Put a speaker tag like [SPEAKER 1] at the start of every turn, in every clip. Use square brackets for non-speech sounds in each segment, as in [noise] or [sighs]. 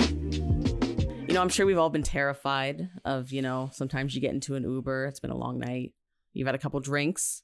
[SPEAKER 1] You know, I'm sure we've all been terrified of, you know, sometimes you get into an Uber, it's been a long night, you've had a couple drinks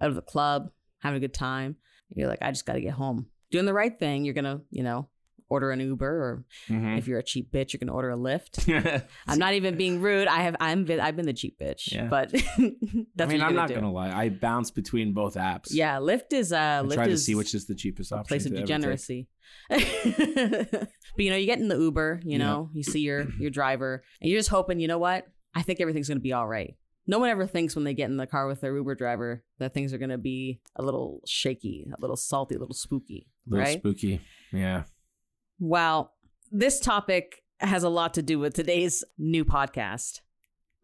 [SPEAKER 1] out of the club, having a good time. You're like, I just got to get home. Doing the right thing, you're going to, you know, order an Uber or
[SPEAKER 2] Mhm. [laughs]
[SPEAKER 1] if you're a cheap bitch, you're going to order a Lyft. I'm not even being rude. I have I'm been, I've been the cheap bitch,
[SPEAKER 2] Yeah.
[SPEAKER 1] but [laughs] that's
[SPEAKER 2] I
[SPEAKER 1] what
[SPEAKER 2] mean,
[SPEAKER 1] you're
[SPEAKER 2] I'm
[SPEAKER 1] gonna
[SPEAKER 2] not
[SPEAKER 1] do.
[SPEAKER 2] gonna lie. I bounce between both apps.
[SPEAKER 1] Yeah, Lyft is uh,
[SPEAKER 2] I
[SPEAKER 1] Lyft
[SPEAKER 2] try to
[SPEAKER 1] is
[SPEAKER 2] see which is the cheapest
[SPEAKER 1] a
[SPEAKER 2] option.
[SPEAKER 1] place of
[SPEAKER 2] to ever take.
[SPEAKER 1] degeneracy. but [laughs] you know, you get in the Uber, you
[SPEAKER 2] Yeah.
[SPEAKER 1] know, you see
[SPEAKER 2] [clears throat]
[SPEAKER 1] your your driver, and you're just hoping, you know what? I think everything's gonna be all right. No one ever thinks when they get in the car with their Uber driver that things are gonna be a little shaky, a little salty, a little spooky,
[SPEAKER 2] Little
[SPEAKER 1] right?
[SPEAKER 2] spooky. Yeah.
[SPEAKER 1] well, this topic has a lot to do with today's new podcast.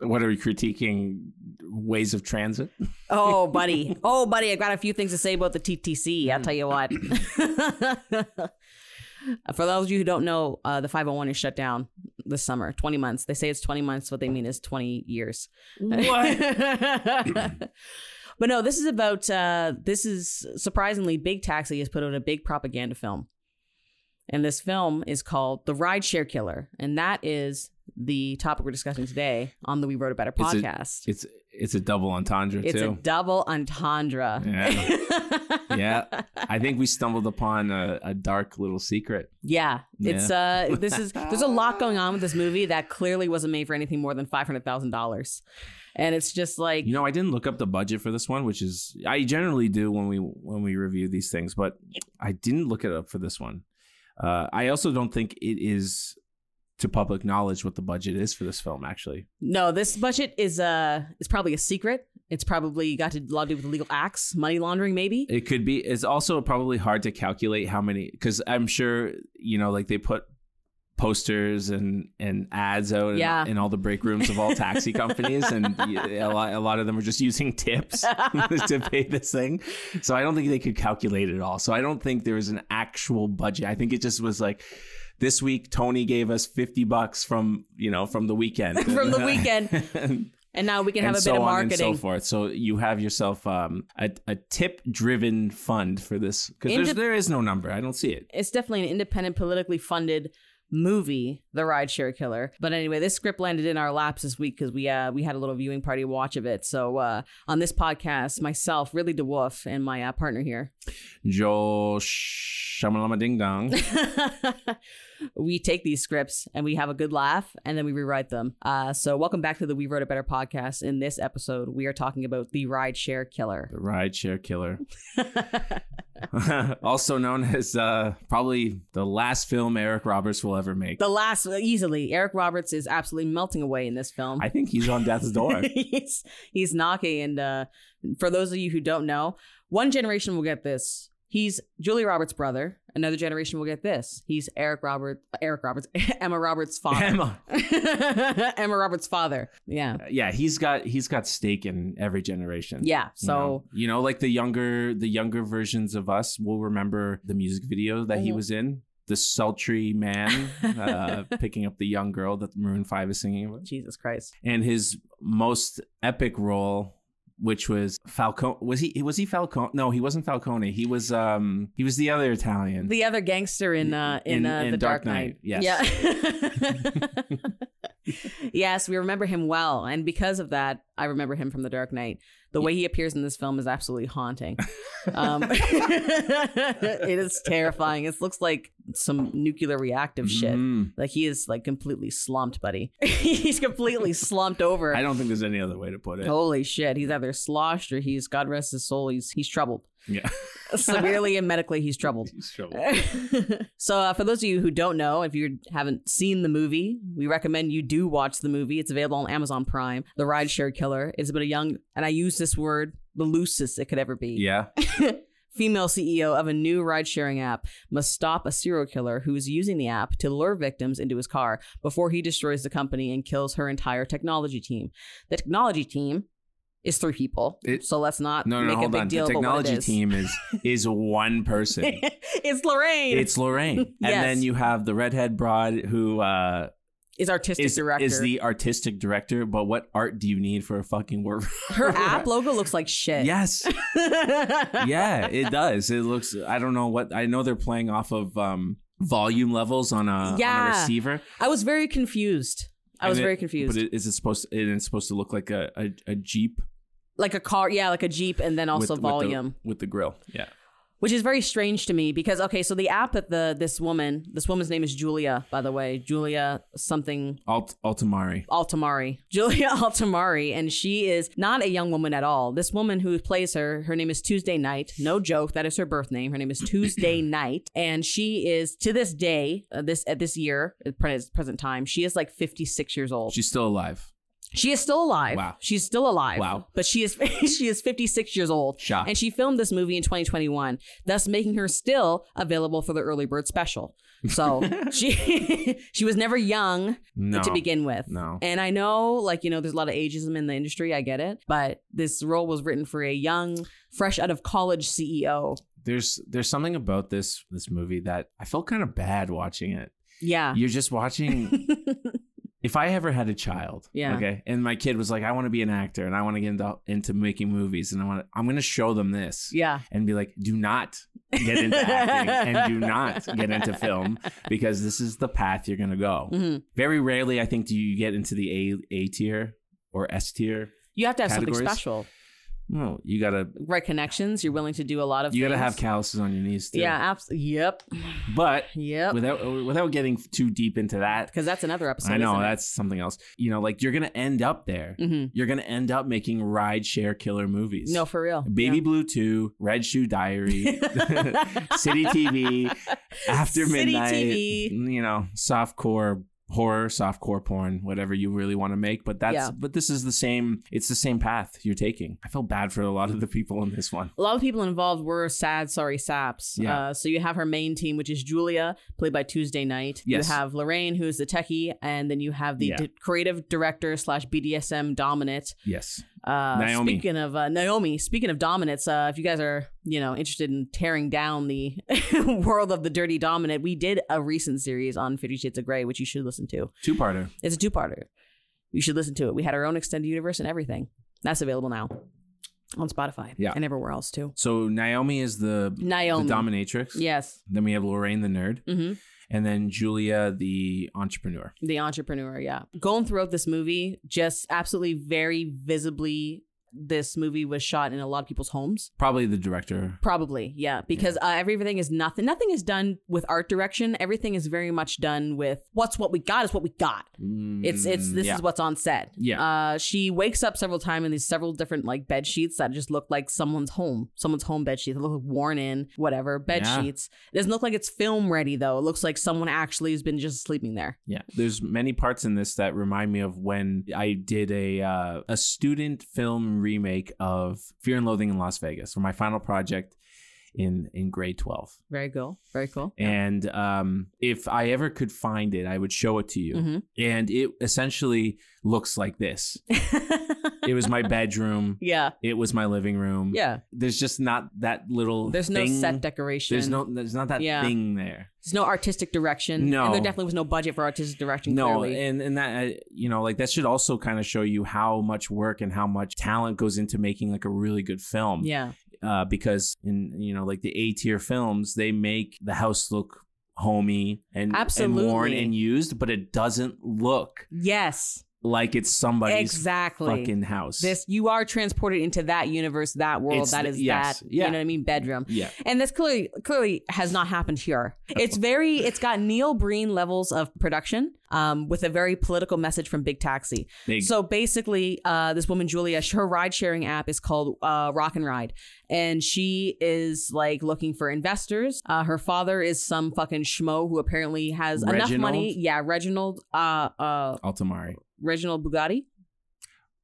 [SPEAKER 2] What are we critiquing? Ways of transit.
[SPEAKER 1] Oh, buddy. Oh, buddy. I've got a few things to say about the TTC. I'll tell you what. [laughs] For those of you who don't know, uh, the 501 is shut down this summer, 20 months. They say it's 20 months. What they mean is 20 years. [laughs] but no, this is about, uh, this is surprisingly, Big Taxi has put out a big propaganda film. And this film is called The Rideshare Killer. And that is the topic we're discussing today on the We Wrote About It
[SPEAKER 2] It's a-
[SPEAKER 1] podcast.
[SPEAKER 2] [laughs] It's it's a double entendre
[SPEAKER 1] It's [laughs]
[SPEAKER 2] too.
[SPEAKER 1] a double entendre.
[SPEAKER 2] Yeah. I think we stumbled upon a, a dark little secret.
[SPEAKER 1] [laughs] Yeah. It's uh this is there's a lot going on with this movie that clearly wasn't made for anything more than five hundred thousand dollars. And it's just like
[SPEAKER 2] You know, I didn't look up the budget for this one, which is I generally do when we when we review these things, but I didn't look it up for this one. Uh, I also don't think it is to public knowledge what the budget is for this film. Actually,
[SPEAKER 1] no, this budget is uh is probably a secret. It's probably got to a lot to do with legal acts, money laundering maybe.
[SPEAKER 2] it could be. It's also probably hard to calculate how many because I'm sure you know, like they put posters and and ads out in,
[SPEAKER 1] Yeah.
[SPEAKER 2] in all the break rooms of all taxi companies and a lot, a lot of them are just
[SPEAKER 1] [laughs]
[SPEAKER 2] using tips [laughs] to pay this thing so i don't think they could calculate it all so i don't think there was an actual budget i think it just was like this week tony gave us 50 bucks from you know from the weekend
[SPEAKER 1] [laughs] From
[SPEAKER 2] [laughs]
[SPEAKER 1] the weekend.
[SPEAKER 2] and
[SPEAKER 1] and now we can have a
[SPEAKER 2] so
[SPEAKER 1] bit of
[SPEAKER 2] on and
[SPEAKER 1] marketing.
[SPEAKER 2] so forth so you have yourself um, a, a tip driven fund for this because
[SPEAKER 1] Inde-
[SPEAKER 2] there is no number i don't see it
[SPEAKER 1] it's definitely an independent, politically funded movie, The Rideshare Killer. But anyway, this script landed in our laps this week because we uh, we had a little viewing party watch of it. So uh, on this podcast, myself, really DeWolf, and my uh, partner here,
[SPEAKER 2] joel shamalama ding dong [laughs]
[SPEAKER 1] we take these scripts and we have a good laugh and then we rewrite them. Uh, so welcome back to the We Wrote a Better podcast. In this episode, we are talking about The Rideshare Killer.
[SPEAKER 2] The rideshare killer.
[SPEAKER 1] [laughs]
[SPEAKER 2] [laughs] also known as uh, probably the last film Eric Roberts will ever make.
[SPEAKER 1] The last, uh, easily, Eric Roberts is absolutely melting away in this film.
[SPEAKER 2] I think he's on death's
[SPEAKER 1] [laughs]
[SPEAKER 2] door.
[SPEAKER 1] he's he's knocking and uh for those of you who don't know one generation will get this he's julia roberts brother another generation will get this he's eric robert eric roberts [laughs] emma roberts father
[SPEAKER 2] Emma.
[SPEAKER 1] [laughs] emma roberts father yeah
[SPEAKER 2] Uh, Yeah, he's got he's got stake in every generation.
[SPEAKER 1] yeah
[SPEAKER 2] You
[SPEAKER 1] so
[SPEAKER 2] know? you know, like the younger the younger versions of us will remember the music video that he
[SPEAKER 1] Mhm.
[SPEAKER 2] was in, the sultry man
[SPEAKER 1] [laughs]
[SPEAKER 2] uh, picking up the young girl that Maroon Five is singing about.
[SPEAKER 1] jesus christ
[SPEAKER 2] and his most epic role which was Falcone was he was he Falcone no he wasn't Falcone he was um he was the other Italian
[SPEAKER 1] the other gangster in uh in,
[SPEAKER 2] In-
[SPEAKER 1] uh,
[SPEAKER 2] in
[SPEAKER 1] the dark,
[SPEAKER 2] Dark
[SPEAKER 1] knight,
[SPEAKER 2] Knight, [laughs]
[SPEAKER 1] yeah [laughs] yes we remember him well and because of that i remember him from the dark knight the way he appears in this film is absolutely
[SPEAKER 2] [laughs]
[SPEAKER 1] haunting um [laughs] it is terrifying it looks like some nuclear reactive shit
[SPEAKER 2] Mhm.
[SPEAKER 1] like he is like completely slumped buddy [laughs] he's
[SPEAKER 2] [laughs]
[SPEAKER 1] completely slumped over
[SPEAKER 2] I don't think there's any other way to put it
[SPEAKER 1] Holy shit, he's either sloshed or he's God rest his soul, he's he's
[SPEAKER 2] [laughs]
[SPEAKER 1] troubled.
[SPEAKER 2] yeah
[SPEAKER 1] Severely and medically he's troubled.
[SPEAKER 2] He's trouble.
[SPEAKER 1] Uh, [laughs] so, uh, for those of you who don't know, if you haven't seen the movie, we recommend you do watch the movie. It's available on Amazon Prime. The Rideshare Killer is about a young, and I use this word the loosest it could ever be.
[SPEAKER 2] yeah
[SPEAKER 1] Female CEO of a new ride sharing app must stop a serial killer who is using the app to lure victims into his car before he destroys the company and kills her entire technology team. The technology team is three people,
[SPEAKER 2] It-
[SPEAKER 1] so let's not
[SPEAKER 2] no no
[SPEAKER 1] make a
[SPEAKER 2] hold
[SPEAKER 1] big
[SPEAKER 2] on
[SPEAKER 1] deal
[SPEAKER 2] the
[SPEAKER 1] about what
[SPEAKER 2] technology
[SPEAKER 1] it is.
[SPEAKER 2] team is is one
[SPEAKER 1] [laughs]
[SPEAKER 2] person
[SPEAKER 1] it's Lorraine. [laughs]
[SPEAKER 2] it's Lorraine and
[SPEAKER 1] Yes.
[SPEAKER 2] then you have the redhead broad who uh
[SPEAKER 1] is artistic
[SPEAKER 2] is,
[SPEAKER 1] director.
[SPEAKER 2] is the artistic director, but what art do you need for a fucking war? [laughs]
[SPEAKER 1] Her app logo looks like shit. [laughs]
[SPEAKER 2] Yes. Yeah, it does. It looks I don't know what I know they're playing off of um volume levels on a, on a
[SPEAKER 1] Yeah.
[SPEAKER 2] receiver.
[SPEAKER 1] I was very confused. I was
[SPEAKER 2] And it-
[SPEAKER 1] very confused.
[SPEAKER 2] But it, is it supposed to, it's supposed to look like a, a, a Jeep
[SPEAKER 1] like a car, yeah, like a Jeep and then also
[SPEAKER 2] with,
[SPEAKER 1] volume.
[SPEAKER 2] with the, with the grill. Yeah.
[SPEAKER 1] which is very strange to me because okay, so the app that the this woman, this woman's name is Julia, by the way, Julia something
[SPEAKER 2] Alt Altamari.
[SPEAKER 1] Altamari, [laughs] Julia Altamari, and she is not a young woman at all. This woman who plays her, her name is Tuesday Night. No joke, that is her birth name. Her name is
[SPEAKER 2] [clears throat]
[SPEAKER 1] Tuesday Night, and she is to this day, uh, this at this year, at pre- present time, she is like fifty six years old.
[SPEAKER 2] She's still alive.
[SPEAKER 1] She is still alive.
[SPEAKER 2] Wow.
[SPEAKER 1] She's still alive.
[SPEAKER 2] Wow.
[SPEAKER 1] But she is [laughs] she is 56 years old.
[SPEAKER 2] Shock.
[SPEAKER 1] And she filmed this movie in 2021, thus making her still available for the early bird special.
[SPEAKER 2] [laughs]
[SPEAKER 1] So she [laughs] she was never young
[SPEAKER 2] No.
[SPEAKER 1] to begin with.
[SPEAKER 2] No.
[SPEAKER 1] And I know, like, you know, there's a lot of ageism in the industry. I get it. But this role was written for a young, fresh out of college E CEO.
[SPEAKER 2] There's there's something about this this movie that I felt kind of bad watching it.
[SPEAKER 1] Yeah.
[SPEAKER 2] You're
[SPEAKER 1] [laughs]
[SPEAKER 2] just watching if I ever had a child,
[SPEAKER 1] Yeah.
[SPEAKER 2] okay, and my kid was like, I want to be an actor and I want to get into, into making movies and I want to, I'm going to show them this
[SPEAKER 1] yeah.
[SPEAKER 2] and be like, do not get into acting and do not get into film
[SPEAKER 1] [laughs]
[SPEAKER 2] because this is the path you're going to go.
[SPEAKER 1] hmm
[SPEAKER 2] Very rarely, I think, do you get into the A A tier or S tier.
[SPEAKER 1] You have to have something
[SPEAKER 2] Categories?
[SPEAKER 1] special.
[SPEAKER 2] No, you gotta
[SPEAKER 1] Right connections. You're willing to do a lot of
[SPEAKER 2] you gotta have
[SPEAKER 1] things.
[SPEAKER 2] calluses on your knees too.
[SPEAKER 1] Yeah, absolutely. Yep.
[SPEAKER 2] but
[SPEAKER 1] Yep.
[SPEAKER 2] without oh, without getting too deep into that,
[SPEAKER 1] because that's another episode.
[SPEAKER 2] I know
[SPEAKER 1] isn't Oh, it?
[SPEAKER 2] that's something else. You know, like you're gonna end up there.
[SPEAKER 1] Mhm.
[SPEAKER 2] You're gonna end up making ride share killer movies.
[SPEAKER 1] no for real.
[SPEAKER 2] [laughs] Baby Blue 2, Red Shoe Diary,
[SPEAKER 1] [laughs]
[SPEAKER 2] City TV, After
[SPEAKER 1] City
[SPEAKER 2] Midnight,
[SPEAKER 1] TV.
[SPEAKER 2] you know, softcore horror, softcore porn, whatever you really want to make, but that's
[SPEAKER 1] Yeah.
[SPEAKER 2] but this is the same it's the same path you're taking. I feel bad for a lot of the people in this one.
[SPEAKER 1] A lot of people involved were sad, sorry saps.
[SPEAKER 2] Yeah.
[SPEAKER 1] Uh, so you have her main team, which is Julia, played by Tuesday Night.
[SPEAKER 2] Yes.
[SPEAKER 1] You have Lorraine, who is the techie, and then you have the
[SPEAKER 2] Yeah.
[SPEAKER 1] d- creative director slash BDSM dominant.
[SPEAKER 2] Yes.
[SPEAKER 1] Uh,
[SPEAKER 2] Naomi.
[SPEAKER 1] Speaking of uh, Naomi, speaking of dominance, uh, if you guys are you know interested in tearing down the [laughs] world of the dirty dominant, we did a recent series on Fifty Shades of Grey, which you should listen to.
[SPEAKER 2] Two-parter.
[SPEAKER 1] It's a two parter. You should listen to it. We had our own extended universe and everything. That's available now on Spotify
[SPEAKER 2] Yeah.
[SPEAKER 1] and everywhere else too.
[SPEAKER 2] So Naomi is the
[SPEAKER 1] Naomi.
[SPEAKER 2] the dominatrix.
[SPEAKER 1] yes.
[SPEAKER 2] Then we have Lorraine the nerd
[SPEAKER 1] hmm
[SPEAKER 2] and then Julia the entrepreneur.
[SPEAKER 1] The entrepreneur. Yeah. Going throughout this movie, just absolutely very visibly, this movie was shot in a lot of people's homes.
[SPEAKER 2] Probably the director.
[SPEAKER 1] Probably. Yeah. Because Uh, everything is nothing. Nothing is done with art direction. Everything is very much done with what's what we got is what we got. It's it's
[SPEAKER 2] Mm,
[SPEAKER 1] this
[SPEAKER 2] yeah.
[SPEAKER 1] is what's on set.
[SPEAKER 2] Yeah.
[SPEAKER 1] Uh, she wakes up several times in these several different like bed sheets that just look like someone's home, someone's home bed sheets. They look worn in, whatever bed
[SPEAKER 2] Yeah.
[SPEAKER 1] sheets. It doesn't look like it's film ready though. It looks like someone actually has been just sleeping there.
[SPEAKER 2] Yeah, there's many parts in this that remind me of when I did a uh, a student film remake of Fear and Loathing in Las Vegas for my final project in in grade twelve.
[SPEAKER 1] Very cool. Very cool.
[SPEAKER 2] And um, if I ever could find it, I would show it to you.
[SPEAKER 1] Mhm.
[SPEAKER 2] And it essentially looks like
[SPEAKER 1] [laughs]
[SPEAKER 2] this. It was my bedroom.
[SPEAKER 1] yeah.
[SPEAKER 2] It was my living room.
[SPEAKER 1] Yeah.
[SPEAKER 2] There's just not that little.
[SPEAKER 1] There's no
[SPEAKER 2] thing.
[SPEAKER 1] set decoration.
[SPEAKER 2] There's no. There's not that
[SPEAKER 1] Yeah.
[SPEAKER 2] thing there.
[SPEAKER 1] There's no artistic direction.
[SPEAKER 2] No.
[SPEAKER 1] And there definitely was no budget for artistic direction.
[SPEAKER 2] No,
[SPEAKER 1] Clearly.
[SPEAKER 2] and and that uh, you know, like that should also kind of show you how much work and how much talent goes into making like a really good film.
[SPEAKER 1] yeah.
[SPEAKER 2] Uh, because in you know, like the A tier films, they make the house look homey and
[SPEAKER 1] Absolutely.
[SPEAKER 2] and worn and used, but it doesn't look
[SPEAKER 1] Yes.
[SPEAKER 2] like it's somebody's
[SPEAKER 1] Exactly.
[SPEAKER 2] fucking house.
[SPEAKER 1] this you are transported into that universe that world
[SPEAKER 2] It's-
[SPEAKER 1] that is
[SPEAKER 2] yes,
[SPEAKER 1] that
[SPEAKER 2] yeah.
[SPEAKER 1] you know what i mean bedroom
[SPEAKER 2] yeah,
[SPEAKER 1] and this clearly clearly has not happened here it's very it's got neil breen levels of production um, with a very political message from big taxi
[SPEAKER 2] they
[SPEAKER 1] so basically, uh, this woman Julia, sh- her ride sharing app is called uh, Rock and Ride, and she is like looking for investors. Uh, her father is some fucking schmo who apparently has enough
[SPEAKER 2] Reginald?
[SPEAKER 1] money. Yeah, Reginald, uh, uh,
[SPEAKER 2] Altamari,
[SPEAKER 1] Reginald Bugatti.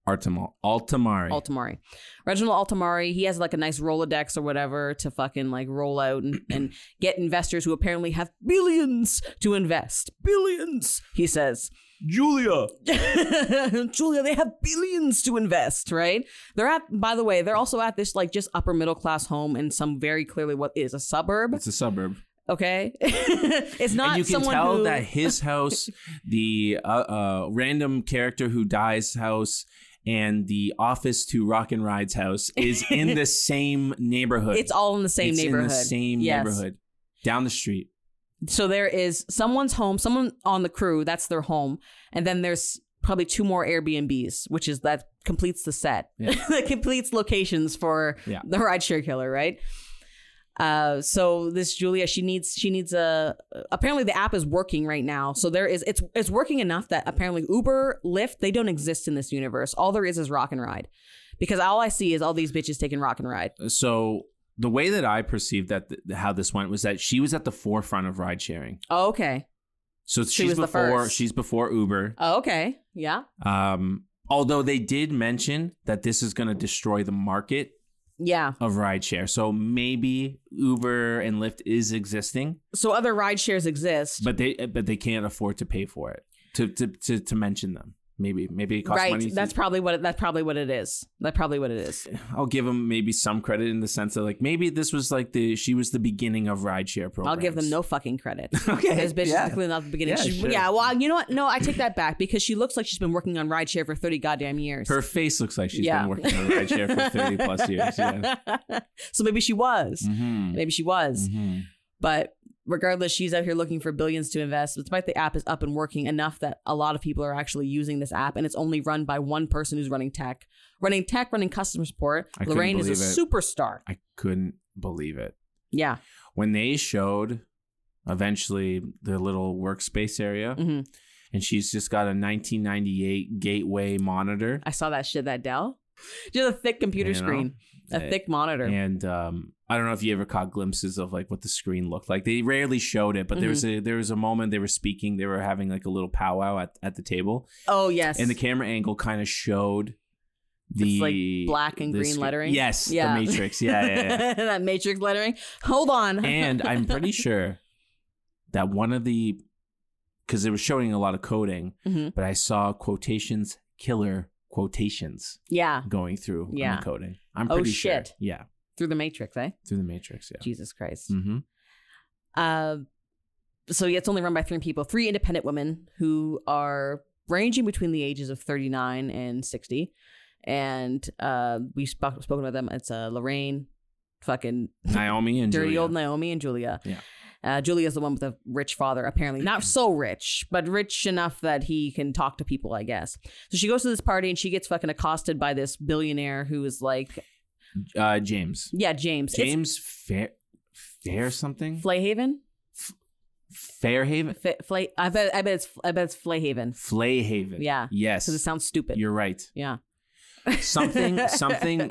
[SPEAKER 2] Artamal, Altamari.
[SPEAKER 1] Altamari. Reginald Altamari, he has like a nice Rolodex or whatever to fucking like roll out and,
[SPEAKER 2] [clears throat]
[SPEAKER 1] and get investors who apparently have billions to invest. Billions, he says. [laughs]
[SPEAKER 2] Julia.
[SPEAKER 1] Julia, they have billions to invest, right? They're at, by the way, they're also at this like just upper middle class home in some very clearly what is a suburb.
[SPEAKER 2] It's a suburb.
[SPEAKER 1] Okay, [laughs] it's not
[SPEAKER 2] and you can
[SPEAKER 1] someone
[SPEAKER 2] tell
[SPEAKER 1] who [laughs]
[SPEAKER 2] that his house, the uh, uh, random character who dies house, and the office to Rock and Ride's house is
[SPEAKER 1] [laughs]
[SPEAKER 2] in the same neighborhood.
[SPEAKER 1] it's all in the same
[SPEAKER 2] It's
[SPEAKER 1] neighborhood.
[SPEAKER 2] In the same
[SPEAKER 1] Yes.
[SPEAKER 2] neighborhood, down the street.
[SPEAKER 1] So there is someone's home, someone on the crew. That's their home, and then there's probably two more Airbnbs, which is that completes the set.
[SPEAKER 2] Yeah.
[SPEAKER 1] [laughs] that completes locations for
[SPEAKER 2] Yeah.
[SPEAKER 1] the rideshare killer, right? Uh, so this Julia, she needs she needs a. Apparently, the app is working right now. So there is it's it's working enough that apparently Uber, Lyft, they don't exist in this universe. All there is is Rock and Ride, because all I see is all these bitches taking Rock and Ride.
[SPEAKER 2] So the way that I perceived that th- how this went was that she was at the forefront of ride sharing.
[SPEAKER 1] Oh, okay.
[SPEAKER 2] So
[SPEAKER 1] She
[SPEAKER 2] she's
[SPEAKER 1] was the
[SPEAKER 2] before
[SPEAKER 1] first.
[SPEAKER 2] she's before Uber.
[SPEAKER 1] Oh, okay. Yeah.
[SPEAKER 2] Um, although they did mention that this is going to destroy the market
[SPEAKER 1] Yeah.
[SPEAKER 2] of rideshare. So maybe Uber and Lyft is existing,
[SPEAKER 1] So other ride shares exist.
[SPEAKER 2] but they but they can't afford to pay for it to to to, to mention them. Maybe maybe it costs
[SPEAKER 1] right.
[SPEAKER 2] money. to-
[SPEAKER 1] That's probably what it, that's probably what it is. That's probably what it is.
[SPEAKER 2] I'll give them maybe some credit in the sense that like maybe this was like the she was the beginning of rideshare programs.
[SPEAKER 1] I'll give them no fucking credit.
[SPEAKER 2] [laughs] okay.
[SPEAKER 1] This bitch
[SPEAKER 2] yeah.
[SPEAKER 1] is clearly not the beginning.
[SPEAKER 2] Yeah,
[SPEAKER 1] She-
[SPEAKER 2] sure.
[SPEAKER 1] yeah, well, you know what? No, I take that back because she looks like she's been working on rideshare for 30 goddamn years. [laughs]
[SPEAKER 2] Her face looks like she's
[SPEAKER 1] Yeah.
[SPEAKER 2] been working on rideshare
[SPEAKER 1] [laughs]
[SPEAKER 2] for thirty plus years. Yeah.
[SPEAKER 1] so maybe she was.
[SPEAKER 2] Mhm.
[SPEAKER 1] Maybe she was.
[SPEAKER 2] Mhm.
[SPEAKER 1] But regardless, she's out here looking for billions to invest. Despite the app is up and working enough that a lot of people are actually using this app, and it's only run by one person who's running tech, running tech, running customer support.
[SPEAKER 2] I couldn't
[SPEAKER 1] Lorraine is a
[SPEAKER 2] believe
[SPEAKER 1] superstar.
[SPEAKER 2] I couldn't believe it.
[SPEAKER 1] Yeah.
[SPEAKER 2] when they showed eventually their little workspace area
[SPEAKER 1] hmm
[SPEAKER 2] and she's just got a 1998 gateway monitor
[SPEAKER 1] I saw that shit that Dell. Just a thick computer
[SPEAKER 2] You know?
[SPEAKER 1] screen, a
[SPEAKER 2] Uh,
[SPEAKER 1] thick monitor.
[SPEAKER 2] and um, i don't know if you ever caught glimpses of like what the screen looked like they rarely showed it but there was
[SPEAKER 1] Mm-hmm.
[SPEAKER 2] a there was a moment they were speaking they were having like a little powwow at, at the table
[SPEAKER 1] Oh yes.
[SPEAKER 2] and the camera angle kind of showed the
[SPEAKER 1] It's, like, black and
[SPEAKER 2] the
[SPEAKER 1] green
[SPEAKER 2] screen-
[SPEAKER 1] lettering?
[SPEAKER 2] yes
[SPEAKER 1] Yeah.
[SPEAKER 2] the matrix yeah yeah,
[SPEAKER 1] [laughs]
[SPEAKER 2] yeah.
[SPEAKER 1] that matrix lettering. Hold on.
[SPEAKER 2] and I'm
[SPEAKER 1] [laughs]
[SPEAKER 2] pretty sure that one of the because they were showing a lot of coding,
[SPEAKER 1] Mhm.
[SPEAKER 2] but I saw quotations killer quotations
[SPEAKER 1] yeah,
[SPEAKER 2] going through on
[SPEAKER 1] Yeah.
[SPEAKER 2] the coding. I'm
[SPEAKER 1] Oh,
[SPEAKER 2] pretty
[SPEAKER 1] shit.
[SPEAKER 2] sure. Yeah,
[SPEAKER 1] through the matrix, eh?
[SPEAKER 2] through the matrix. Yeah.
[SPEAKER 1] Jesus Christ.
[SPEAKER 2] hmm
[SPEAKER 1] Uh, so yeah, it's only run by three people, three independent women who are ranging between the ages of 39 and 60. And uh, we've spoke, spoken about them. It's uh, Lorraine, fucking
[SPEAKER 2] Naomi and
[SPEAKER 1] dirty
[SPEAKER 2] Julia.
[SPEAKER 1] old Naomi and Julia.
[SPEAKER 2] Yeah.
[SPEAKER 1] Uh, Julia's the one with the rich father, apparently. Not so rich, but rich enough that he can talk to people, I guess. So she goes to this party and she gets fucking accosted by this billionaire who is like,
[SPEAKER 2] uh, James.
[SPEAKER 1] yeah, James. It's
[SPEAKER 2] James Fair Fair something
[SPEAKER 1] Flayhaven?
[SPEAKER 2] Fairhaven
[SPEAKER 1] F- Flay- I bet I bet it's I bet it's Flayhaven.
[SPEAKER 2] Flayhaven.
[SPEAKER 1] Yeah.
[SPEAKER 2] Yes.
[SPEAKER 1] Because it sounds stupid.
[SPEAKER 2] You're right.
[SPEAKER 1] [laughs] yeah.
[SPEAKER 2] Something
[SPEAKER 1] [laughs]
[SPEAKER 2] something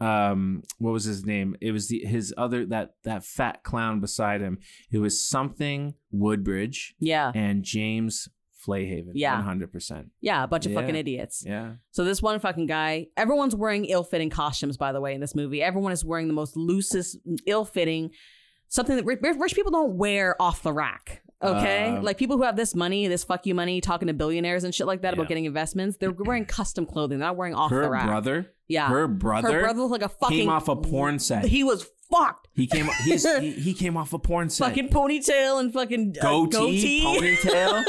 [SPEAKER 2] um what was his name it was the his other that that fat clown beside him it was something woodbridge
[SPEAKER 1] Yeah.
[SPEAKER 2] and james flayhaven
[SPEAKER 1] Yeah.
[SPEAKER 2] 100%
[SPEAKER 1] Yeah, a bunch of
[SPEAKER 2] Yeah.
[SPEAKER 1] fucking idiots.
[SPEAKER 2] yeah
[SPEAKER 1] So this one fucking guy, everyone's wearing ill-fitting costumes, by the way, in this movie. Everyone is wearing the most loosest, ill-fitting, something that rich, rich people don't wear off the rack. Okay,
[SPEAKER 2] Um,
[SPEAKER 1] like people who have this money, this fuck you money, talking to billionaires and shit like that about
[SPEAKER 2] Yeah.
[SPEAKER 1] getting investments, they're wearing custom clothing. They're not wearing off
[SPEAKER 2] her
[SPEAKER 1] the rack.
[SPEAKER 2] brother
[SPEAKER 1] yeah,
[SPEAKER 2] her brother
[SPEAKER 1] her brother looked like a fucking
[SPEAKER 2] came off a porn set
[SPEAKER 1] [laughs]
[SPEAKER 2] he,
[SPEAKER 1] He was fucked.
[SPEAKER 2] came
[SPEAKER 1] [laughs]
[SPEAKER 2] he's, he, he came off a porn set
[SPEAKER 1] Fucking ponytail and fucking uh,
[SPEAKER 2] goatee, ponytail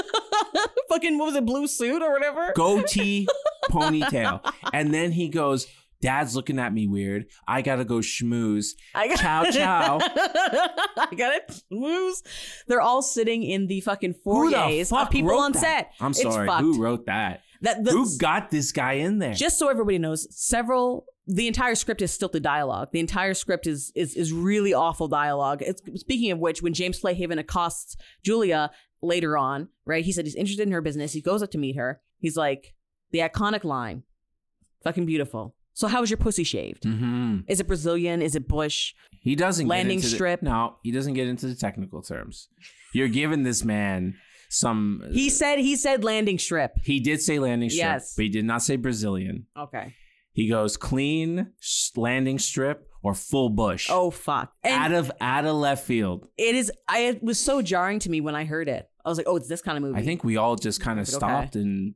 [SPEAKER 1] [laughs] fucking what was it, blue suit or whatever?
[SPEAKER 2] goatee ponytail
[SPEAKER 1] [laughs]
[SPEAKER 2] and then he goes dad's looking at me weird i gotta go schmooze
[SPEAKER 1] I got
[SPEAKER 2] Chow, chow.
[SPEAKER 1] [laughs] I got it. Moves. They're all sitting in the fucking
[SPEAKER 2] Who the
[SPEAKER 1] foyers of
[SPEAKER 2] fuck
[SPEAKER 1] people
[SPEAKER 2] wrote
[SPEAKER 1] on
[SPEAKER 2] that?
[SPEAKER 1] set.
[SPEAKER 2] i'm
[SPEAKER 1] It's
[SPEAKER 2] sorry
[SPEAKER 1] fucked.
[SPEAKER 2] who wrote that
[SPEAKER 1] That the,
[SPEAKER 2] Who got this guy in there?
[SPEAKER 1] just so everybody knows, several the entire script is stilted dialogue. The entire script is is is really awful dialogue. It's, speaking of which, when James Playhaven accosts Julia later on, right? He said he's interested in her business. He goes up to meet her. He's like the iconic line, "Fucking beautiful." So how was your pussy shaved?
[SPEAKER 2] hmm
[SPEAKER 1] Is it Brazilian? Is it bush?
[SPEAKER 2] He doesn't
[SPEAKER 1] Landing
[SPEAKER 2] get into the-
[SPEAKER 1] strip.
[SPEAKER 2] no, he doesn't get into the technical terms. You're giving this man some.
[SPEAKER 1] He said he said landing strip.
[SPEAKER 2] he did say landing strip,
[SPEAKER 1] Yes.
[SPEAKER 2] but he did not say Brazilian.
[SPEAKER 1] Okay.
[SPEAKER 2] He goes clean s- landing strip or full bush.
[SPEAKER 1] Oh fuck!
[SPEAKER 2] out
[SPEAKER 1] And
[SPEAKER 2] of out of left field.
[SPEAKER 1] it is. I it was so jarring to me when I heard it. I was like, oh, it's this kind of movie.
[SPEAKER 2] I think we all just kind of
[SPEAKER 1] Okay.
[SPEAKER 2] stopped and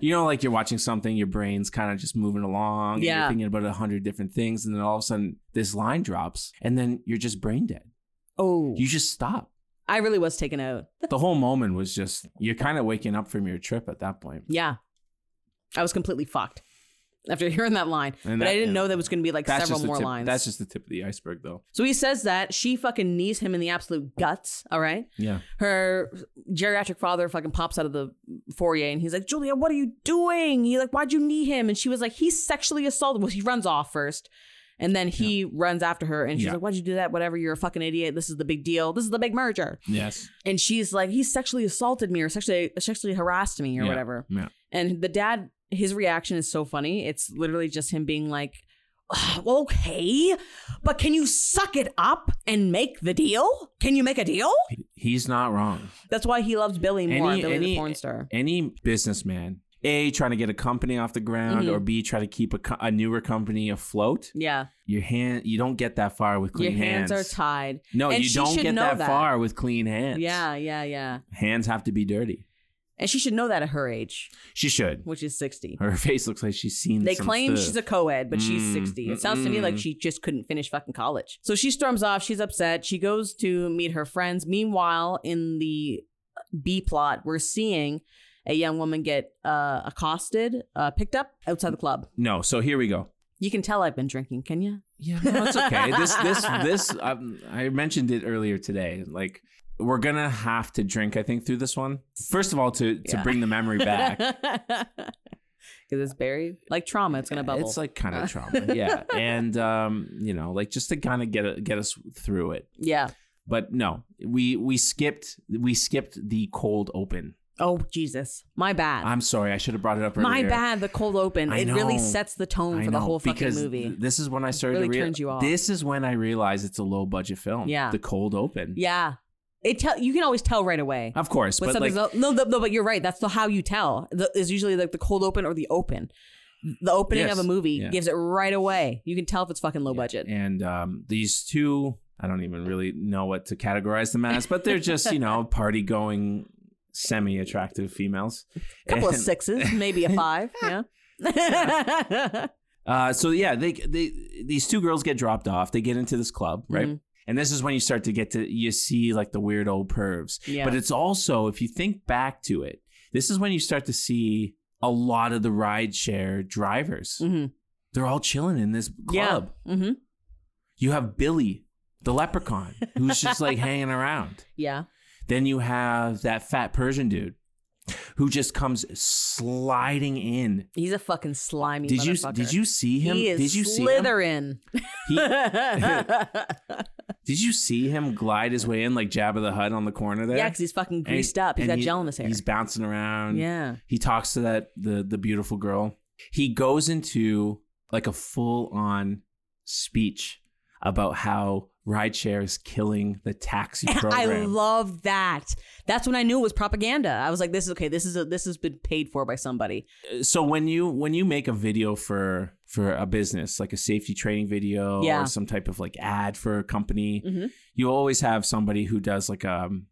[SPEAKER 2] you know, like you're watching something, your brain's kind of just moving along. And
[SPEAKER 1] Yeah.
[SPEAKER 2] you're thinking about a hundred different things, and then all of a sudden this line drops, and then you're just brain dead.
[SPEAKER 1] [laughs] Oh,
[SPEAKER 2] You just stop.
[SPEAKER 1] I really was taken out.
[SPEAKER 2] The whole moment was just you're kind of waking up from your trip at that point.
[SPEAKER 1] Yeah. I was completely fucked after [laughs] hearing that line.
[SPEAKER 2] And
[SPEAKER 1] but
[SPEAKER 2] that-
[SPEAKER 1] I didn't
[SPEAKER 2] yeah.
[SPEAKER 1] know there was going to be like
[SPEAKER 2] That's
[SPEAKER 1] several
[SPEAKER 2] just the
[SPEAKER 1] more
[SPEAKER 2] tip-
[SPEAKER 1] lines.
[SPEAKER 2] That's just the tip of the iceberg, though.
[SPEAKER 1] so he says that. She fucking knees him in the absolute guts. All right.
[SPEAKER 2] Yeah.
[SPEAKER 1] Her geriatric father fucking pops out of the foyer and he's like, Julia, what are you doing? He like, why'd you knee him? And she was like, he's sexually assaulted. Well, he runs off first. And then he runs after her and she's
[SPEAKER 2] Yeah.
[SPEAKER 1] like, Why'd you do that? Whatever, you're a fucking idiot. This is the big deal. This is the big merger.
[SPEAKER 2] Yes.
[SPEAKER 1] And she's like, He sexually assaulted me or sexually sexually harassed me or
[SPEAKER 2] Yeah.
[SPEAKER 1] whatever.
[SPEAKER 2] Yeah.
[SPEAKER 1] And the dad, his reaction is so funny. It's literally just him being like, "Ugh, well, okay, but can you suck it up and make the deal? Can you make a deal?
[SPEAKER 2] He's not wrong.
[SPEAKER 1] That's why he loves Billy more,
[SPEAKER 2] Any-
[SPEAKER 1] Billy the
[SPEAKER 2] any-
[SPEAKER 1] porn star.
[SPEAKER 2] Any businessman, A, trying to get a company off the ground,
[SPEAKER 1] Mm-hmm.
[SPEAKER 2] or B, try to keep a, co- a newer company afloat,
[SPEAKER 1] Yeah,
[SPEAKER 2] your hand, you don't get that far with clean
[SPEAKER 1] your hands. are tied.
[SPEAKER 2] no,
[SPEAKER 1] and
[SPEAKER 2] you
[SPEAKER 1] she
[SPEAKER 2] don't
[SPEAKER 1] should
[SPEAKER 2] get
[SPEAKER 1] know
[SPEAKER 2] that,
[SPEAKER 1] that.
[SPEAKER 2] far with clean hands.
[SPEAKER 1] Yeah, yeah, yeah.
[SPEAKER 2] Hands have to be dirty.
[SPEAKER 1] And she should know that at her age,
[SPEAKER 2] She should.
[SPEAKER 1] which is 60.
[SPEAKER 2] Her [laughs] face looks like she's seen
[SPEAKER 1] They
[SPEAKER 2] some
[SPEAKER 1] claim
[SPEAKER 2] stuff.
[SPEAKER 1] she's a co ed, but she's
[SPEAKER 2] Mm,
[SPEAKER 1] 60. It sounds to me like
[SPEAKER 2] mm-mm.
[SPEAKER 1] she just couldn't finish fucking college. So she storms off. She's upset. She goes to meet her friends. Meanwhile, in the B plot, we're seeing a young woman get uh, accosted, uh, picked up outside the club.
[SPEAKER 2] No, so here we go.
[SPEAKER 1] You can tell I've been drinking, can you?
[SPEAKER 2] Yeah, no, [laughs] it's okay. this, this, this. Um, I mentioned it earlier today. Like, we're gonna have to drink. I think through this one. First of all, to to
[SPEAKER 1] Yeah.
[SPEAKER 2] bring
[SPEAKER 1] [laughs]
[SPEAKER 2] the memory back.
[SPEAKER 1] Because it's buried. Like trauma, it's going to bubble. Uh.
[SPEAKER 2] It's like kind of
[SPEAKER 1] [laughs]
[SPEAKER 2] trauma. Yeah, and um, you know, like just to kind of get a, get us through it.
[SPEAKER 1] yeah.
[SPEAKER 2] But no, we we skipped we skipped the cold open.
[SPEAKER 1] Oh, Jesus. My bad.
[SPEAKER 2] I'm sorry, I should have brought it up. Earlier.
[SPEAKER 1] My bad. The cold open.
[SPEAKER 2] I
[SPEAKER 1] It really
[SPEAKER 2] know.
[SPEAKER 1] sets the tone
[SPEAKER 2] I
[SPEAKER 1] for the
[SPEAKER 2] know,
[SPEAKER 1] whole fucking
[SPEAKER 2] because
[SPEAKER 1] movie.
[SPEAKER 2] th- This is when I started
[SPEAKER 1] really
[SPEAKER 2] to realize.
[SPEAKER 1] turns you off.
[SPEAKER 2] This is when I realized it's a low budget film.
[SPEAKER 1] Yeah.
[SPEAKER 2] the cold open.
[SPEAKER 1] Yeah. It tell you can always tell right away.
[SPEAKER 2] of course.
[SPEAKER 1] But
[SPEAKER 2] Uh, but like,
[SPEAKER 1] something's no, no, no, but you're right. That's the how you tell. The, is usually like the cold open or the open. The opening
[SPEAKER 2] Yes.
[SPEAKER 1] of a movie
[SPEAKER 2] Yeah.
[SPEAKER 1] gives it right away. You can tell if it's fucking low
[SPEAKER 2] Yeah,
[SPEAKER 1] budget.
[SPEAKER 2] And um, these two, I don't even really know what to categorize them as, but they're just,
[SPEAKER 1] [laughs]
[SPEAKER 2] you know, party going, semi attractive females.
[SPEAKER 1] A couple
[SPEAKER 2] [laughs]
[SPEAKER 1] of
[SPEAKER 2] And,
[SPEAKER 1] sixes, maybe a
[SPEAKER 2] [laughs]
[SPEAKER 1] five. Yeah. [laughs]
[SPEAKER 2] Uh, so, yeah, they, they these two girls get dropped off. They get into this club, right?
[SPEAKER 1] Mhm.
[SPEAKER 2] And this is when you start to get to, you see like the weird old pervs.
[SPEAKER 1] Yeah.
[SPEAKER 2] But it's also, if you think back to it, this is when you start to see a lot of the rideshare drivers.
[SPEAKER 1] Mhm.
[SPEAKER 2] They're all chilling in this
[SPEAKER 1] Yeah.
[SPEAKER 2] club.
[SPEAKER 1] hmm
[SPEAKER 2] You have Billy, the leprechaun,
[SPEAKER 1] [laughs]
[SPEAKER 2] who's just like hanging around.
[SPEAKER 1] Yeah.
[SPEAKER 2] Then you have that fat Persian dude who just comes sliding in.
[SPEAKER 1] He's a fucking slimy.
[SPEAKER 2] Did you
[SPEAKER 1] motherfucker.
[SPEAKER 2] did you see him?
[SPEAKER 1] He is
[SPEAKER 2] did
[SPEAKER 1] [laughs]
[SPEAKER 2] you [laughs]
[SPEAKER 1] slithering.
[SPEAKER 2] see him? He, did you see him glide his way in like Jabba the Hutt on the corner there?
[SPEAKER 1] yeah, because he's fucking
[SPEAKER 2] And he-
[SPEAKER 1] greased up. He's
[SPEAKER 2] and
[SPEAKER 1] got
[SPEAKER 2] he-
[SPEAKER 1] gel in his hair.
[SPEAKER 2] He's bouncing around.
[SPEAKER 1] Yeah.
[SPEAKER 2] He talks to that the the beautiful girl. He goes into like a full on speech about how rideshare is killing the taxi program.
[SPEAKER 1] [laughs] I love that. That's when I knew it was propaganda. I was like, "This is okay. This is a, this has been paid for by somebody."
[SPEAKER 2] so when you when you make a video for for a business like a safety training video
[SPEAKER 1] Yeah.
[SPEAKER 2] or some type of like ad for a company
[SPEAKER 1] Mhm.
[SPEAKER 2] you always have somebody who does like um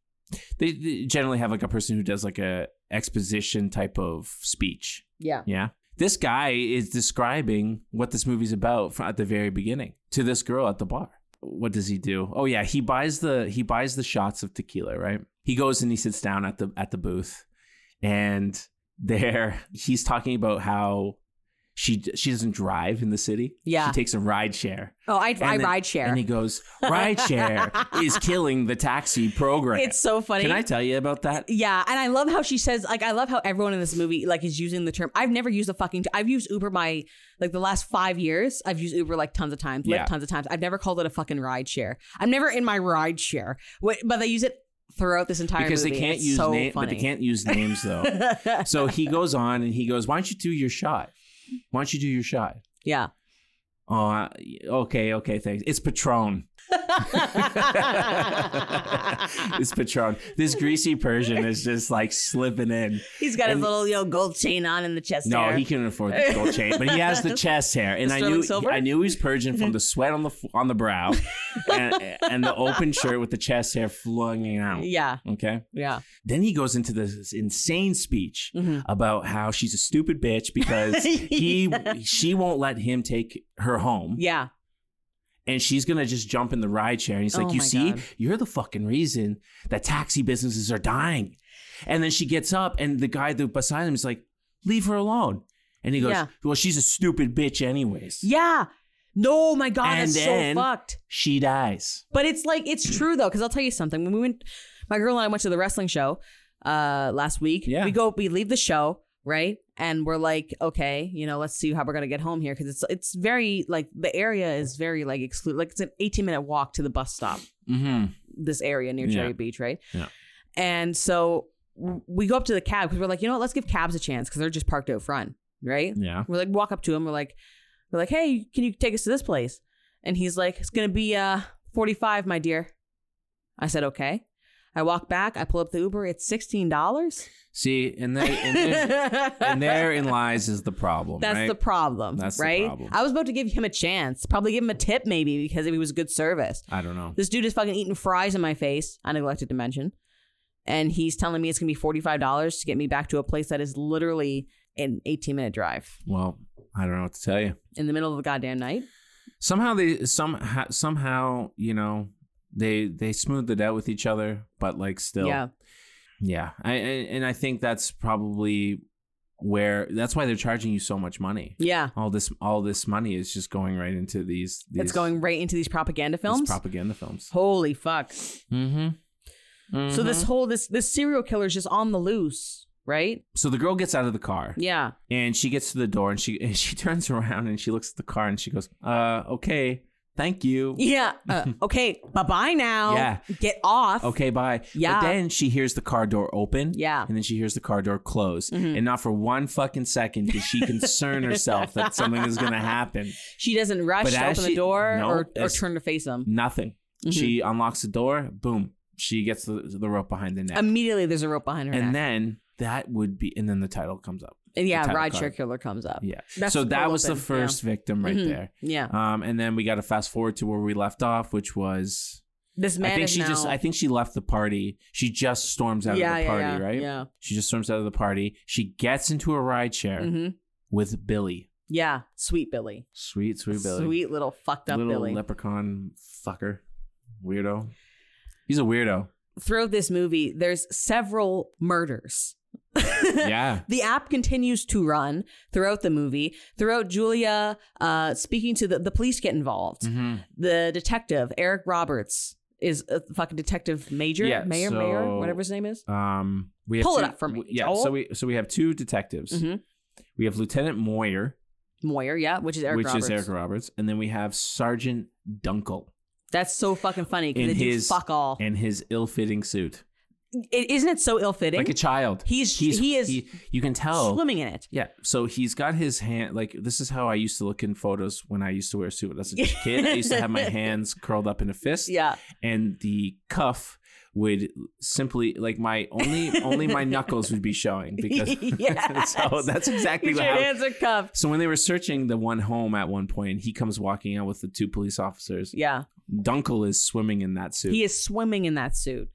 [SPEAKER 2] they, they generally have like a person who does like a exposition type of speech
[SPEAKER 1] Yeah,
[SPEAKER 2] yeah this guy is describing what this movie's about from, at the very beginning to this girl at the bar what does he do oh yeah he buys the he buys the shots of tequila right he goes and he sits down at the at the booth and there [laughs] he's talking about how she she doesn't drive in the city
[SPEAKER 1] Yeah.
[SPEAKER 2] she takes a ride share
[SPEAKER 1] Oh, I, I
[SPEAKER 2] then-
[SPEAKER 1] ride share.
[SPEAKER 2] and he goes ride share
[SPEAKER 1] [laughs]
[SPEAKER 2] is killing the taxi program
[SPEAKER 1] it's so funny.
[SPEAKER 2] can i tell you about that
[SPEAKER 1] yeah, and I love how she says like I love how everyone in this movie like is using the term. I've never used the fucking. I've used Uber my like the last five years. I've used Uber like tons of times, Lyft
[SPEAKER 2] Yeah.
[SPEAKER 1] tons of times. I've never called it a fucking ride share. I'm never in my ride share, Wh- but they use it throughout this entire
[SPEAKER 2] because
[SPEAKER 1] movie.
[SPEAKER 2] they can't
[SPEAKER 1] It's
[SPEAKER 2] use
[SPEAKER 1] so
[SPEAKER 2] name, but
[SPEAKER 1] funny.
[SPEAKER 2] they can't use
[SPEAKER 1] [laughs]
[SPEAKER 2] names though so he goes on and he goes, "Why don't you do your shot? Why don't you do your shot?" [laughs]
[SPEAKER 1] yeah. [laughs]
[SPEAKER 2] Oh, I- okay, okay, thanks. It's Patron. [laughs] it's Patron. This greasy Persian is just like slipping in.
[SPEAKER 1] He's got
[SPEAKER 2] And-
[SPEAKER 1] his little yo gold chain on in the chest.
[SPEAKER 2] No,
[SPEAKER 1] hair.
[SPEAKER 2] he can afford the gold chain, but he has the chest hair, and
[SPEAKER 1] The
[SPEAKER 2] I
[SPEAKER 1] sterling
[SPEAKER 2] knew
[SPEAKER 1] silver? Mm-hmm.
[SPEAKER 2] I knew he was Persian from the sweat on the f- on the brow, and, and the open shirt with the chest hair flung out.
[SPEAKER 1] Yeah,
[SPEAKER 2] Okay.
[SPEAKER 1] yeah.
[SPEAKER 2] Then he goes into this insane speech
[SPEAKER 1] Mhm.
[SPEAKER 2] about how she's a
[SPEAKER 1] [laughs]
[SPEAKER 2] stupid bitch because he she won't let him take her home
[SPEAKER 1] Yeah.
[SPEAKER 2] and she's gonna just jump in the ride share. And he's like,
[SPEAKER 1] Oh
[SPEAKER 2] You
[SPEAKER 1] my
[SPEAKER 2] see,
[SPEAKER 1] God.
[SPEAKER 2] you're the fucking reason that taxi businesses are dying. And then she gets up and the guy that beside him is like, Leave her alone. And he goes,
[SPEAKER 1] Yeah.
[SPEAKER 2] Well, she's a stupid bitch anyways.
[SPEAKER 1] Yeah. No, my God,
[SPEAKER 2] And
[SPEAKER 1] that's
[SPEAKER 2] then-
[SPEAKER 1] so fucked.
[SPEAKER 2] She dies.
[SPEAKER 1] But it's like it's true though, because I'll tell you something. When we went, my girl and I went to the wrestling show uh last week.
[SPEAKER 2] Yeah.
[SPEAKER 1] We go, we leave the show, right? And we're like, okay, you know, let's see how we're gonna get home here, because it's it's very like the area is very like exclude, like it's an 18 minute walk to the bus stop.
[SPEAKER 2] Mm-hmm.
[SPEAKER 1] This area near
[SPEAKER 2] Yeah.
[SPEAKER 1] Cherry Beach, right?
[SPEAKER 2] Yeah.
[SPEAKER 1] And so w- we go up to the cab because we're like, you know what? Let's give cabs a chance because they're just parked out front, right?
[SPEAKER 2] Yeah.
[SPEAKER 1] We're like, walk up to him. We're like, we're like, hey, can you take us to this place? And he's like, it's gonna be uh 45, my dear. I said, okay. I walk back. I pull up the Uber. It's sixteen dollars.
[SPEAKER 2] See, and they
[SPEAKER 1] [laughs]
[SPEAKER 2] and, there- and
[SPEAKER 1] That's
[SPEAKER 2] therein lies is the problem. right?
[SPEAKER 1] the problem,
[SPEAKER 2] That's the
[SPEAKER 1] right?
[SPEAKER 2] problem.
[SPEAKER 1] I was about to give him a chance, probably give him a tip, maybe because it was good service.
[SPEAKER 2] I don't know.
[SPEAKER 1] This dude is fucking eating fries in my face. I neglected to mention, and he's telling me it's gonna be forty five dollars to get me back to a place that is literally an eighteen minute drive
[SPEAKER 2] Well, I don't know what to tell you.
[SPEAKER 1] in the middle of the goddamn night.
[SPEAKER 2] Somehow they somehow somehow you know they they smoothed it out with each other, but like still,
[SPEAKER 1] Yeah.
[SPEAKER 2] yeah. I, I and I think that's probably where that's why they're charging you so much money.
[SPEAKER 1] Yeah.
[SPEAKER 2] All this all this money is just going right into these. these
[SPEAKER 1] It's going right into these propaganda
[SPEAKER 2] these
[SPEAKER 1] films.
[SPEAKER 2] propaganda films.
[SPEAKER 1] Holy fuck.
[SPEAKER 2] Mm-hmm.
[SPEAKER 1] So this whole this this serial killer is just on the loose, right?
[SPEAKER 2] so the girl gets out of the car
[SPEAKER 1] Yeah.
[SPEAKER 2] and she gets to the door and she [laughs] and she turns around and she looks at the car and she goes, "Uh, okay, thank you."
[SPEAKER 1] Yeah. Uh,
[SPEAKER 2] [laughs]
[SPEAKER 1] okay. Bye bye now.
[SPEAKER 2] Yeah.
[SPEAKER 1] Get off.
[SPEAKER 2] okay, bye.
[SPEAKER 1] Yeah.
[SPEAKER 2] But then she hears the car door open.
[SPEAKER 1] Yeah.
[SPEAKER 2] And then she hears the car door close.
[SPEAKER 1] Mhm.
[SPEAKER 2] And not for one fucking second does she
[SPEAKER 1] [laughs]
[SPEAKER 2] concern herself that something is going to happen.
[SPEAKER 1] She doesn't rush
[SPEAKER 2] But
[SPEAKER 1] to
[SPEAKER 2] as
[SPEAKER 1] open
[SPEAKER 2] she-
[SPEAKER 1] the door
[SPEAKER 2] no,
[SPEAKER 1] or, or
[SPEAKER 2] as-
[SPEAKER 1] turn to face him.
[SPEAKER 2] Nothing.
[SPEAKER 1] Mm-hmm.
[SPEAKER 2] She unlocks the door. Boom. She gets the, the rope behind the neck.
[SPEAKER 1] Immediately there's a rope behind her
[SPEAKER 2] and
[SPEAKER 1] neck.
[SPEAKER 2] then that would be, and then the title comes up.
[SPEAKER 1] and yeah,
[SPEAKER 2] title
[SPEAKER 1] ride
[SPEAKER 2] card.
[SPEAKER 1] share killer comes up.
[SPEAKER 2] Yeah.
[SPEAKER 1] That's
[SPEAKER 2] so
[SPEAKER 1] the
[SPEAKER 2] that
[SPEAKER 1] cold
[SPEAKER 2] was the
[SPEAKER 1] open, yeah.
[SPEAKER 2] first victim right
[SPEAKER 1] Mhm.
[SPEAKER 2] there.
[SPEAKER 1] Yeah.
[SPEAKER 2] Um, and then we got to fast forward to where we left off, which was
[SPEAKER 1] This man
[SPEAKER 2] I think
[SPEAKER 1] is
[SPEAKER 2] she
[SPEAKER 1] now,
[SPEAKER 2] just I think she left the party. She just storms out
[SPEAKER 1] yeah,
[SPEAKER 2] of the party,
[SPEAKER 1] yeah, yeah,
[SPEAKER 2] right?
[SPEAKER 1] Yeah.
[SPEAKER 2] She just storms out of the party. She gets into a ride chair
[SPEAKER 1] hmm
[SPEAKER 2] with Billy.
[SPEAKER 1] Yeah. Sweet Billy.
[SPEAKER 2] Sweet, sweet Billy.
[SPEAKER 1] Sweet little fucked up
[SPEAKER 2] little
[SPEAKER 1] Billy.
[SPEAKER 2] leprechaun fucker. Weirdo. He's
[SPEAKER 1] [laughs]
[SPEAKER 2] a weirdo.
[SPEAKER 1] Throughout this movie, there's several murders.
[SPEAKER 2] Yeah.
[SPEAKER 1] The app continues to run throughout the movie, throughout Julia uh, speaking to the, the police get involved.
[SPEAKER 2] Mhm.
[SPEAKER 1] The detective, Eric Roberts, is a fucking detective major,
[SPEAKER 2] Yeah,
[SPEAKER 1] mayor,
[SPEAKER 2] so-
[SPEAKER 1] mayor, whatever his name is.
[SPEAKER 2] Um we have
[SPEAKER 1] Pull it
[SPEAKER 2] two-
[SPEAKER 1] up for me,
[SPEAKER 2] Yeah,
[SPEAKER 1] Joel.
[SPEAKER 2] so we so we have two detectives.
[SPEAKER 1] hmm
[SPEAKER 2] We have Lieutenant Moyer,
[SPEAKER 1] Moyer, yeah, which is Eric
[SPEAKER 2] which
[SPEAKER 1] Roberts.
[SPEAKER 2] is Eric Roberts, and then we have Sergeant Dunkel
[SPEAKER 1] That's so fucking funny
[SPEAKER 2] And
[SPEAKER 1] because they
[SPEAKER 2] his-
[SPEAKER 1] do fuck all.
[SPEAKER 2] and his ill-fitting suit.
[SPEAKER 1] is isn't it so ill fitting?
[SPEAKER 2] Like a child.
[SPEAKER 1] He's- he is
[SPEAKER 2] you can tell
[SPEAKER 1] Swimming in it.
[SPEAKER 2] Yeah. So he's got his hand like this is how I used to look in photos when I used to wear a suit as a kid. I used to have
[SPEAKER 1] [laughs]
[SPEAKER 2] my hands curled up in a fist.
[SPEAKER 1] Yeah.
[SPEAKER 2] And the cuff would simply like my only only
[SPEAKER 1] [laughs]
[SPEAKER 2] my knuckles would be showing [laughs] because
[SPEAKER 1] Yes.
[SPEAKER 2] [laughs] so that's exactly
[SPEAKER 1] Your
[SPEAKER 2] what happened.
[SPEAKER 1] hands are cuffed.
[SPEAKER 2] So when they were searching the one home at one point, he comes walking out with the two police officers.
[SPEAKER 1] Yeah.
[SPEAKER 2] Dunkel is swimming in that suit.
[SPEAKER 1] He is swimming in that suit.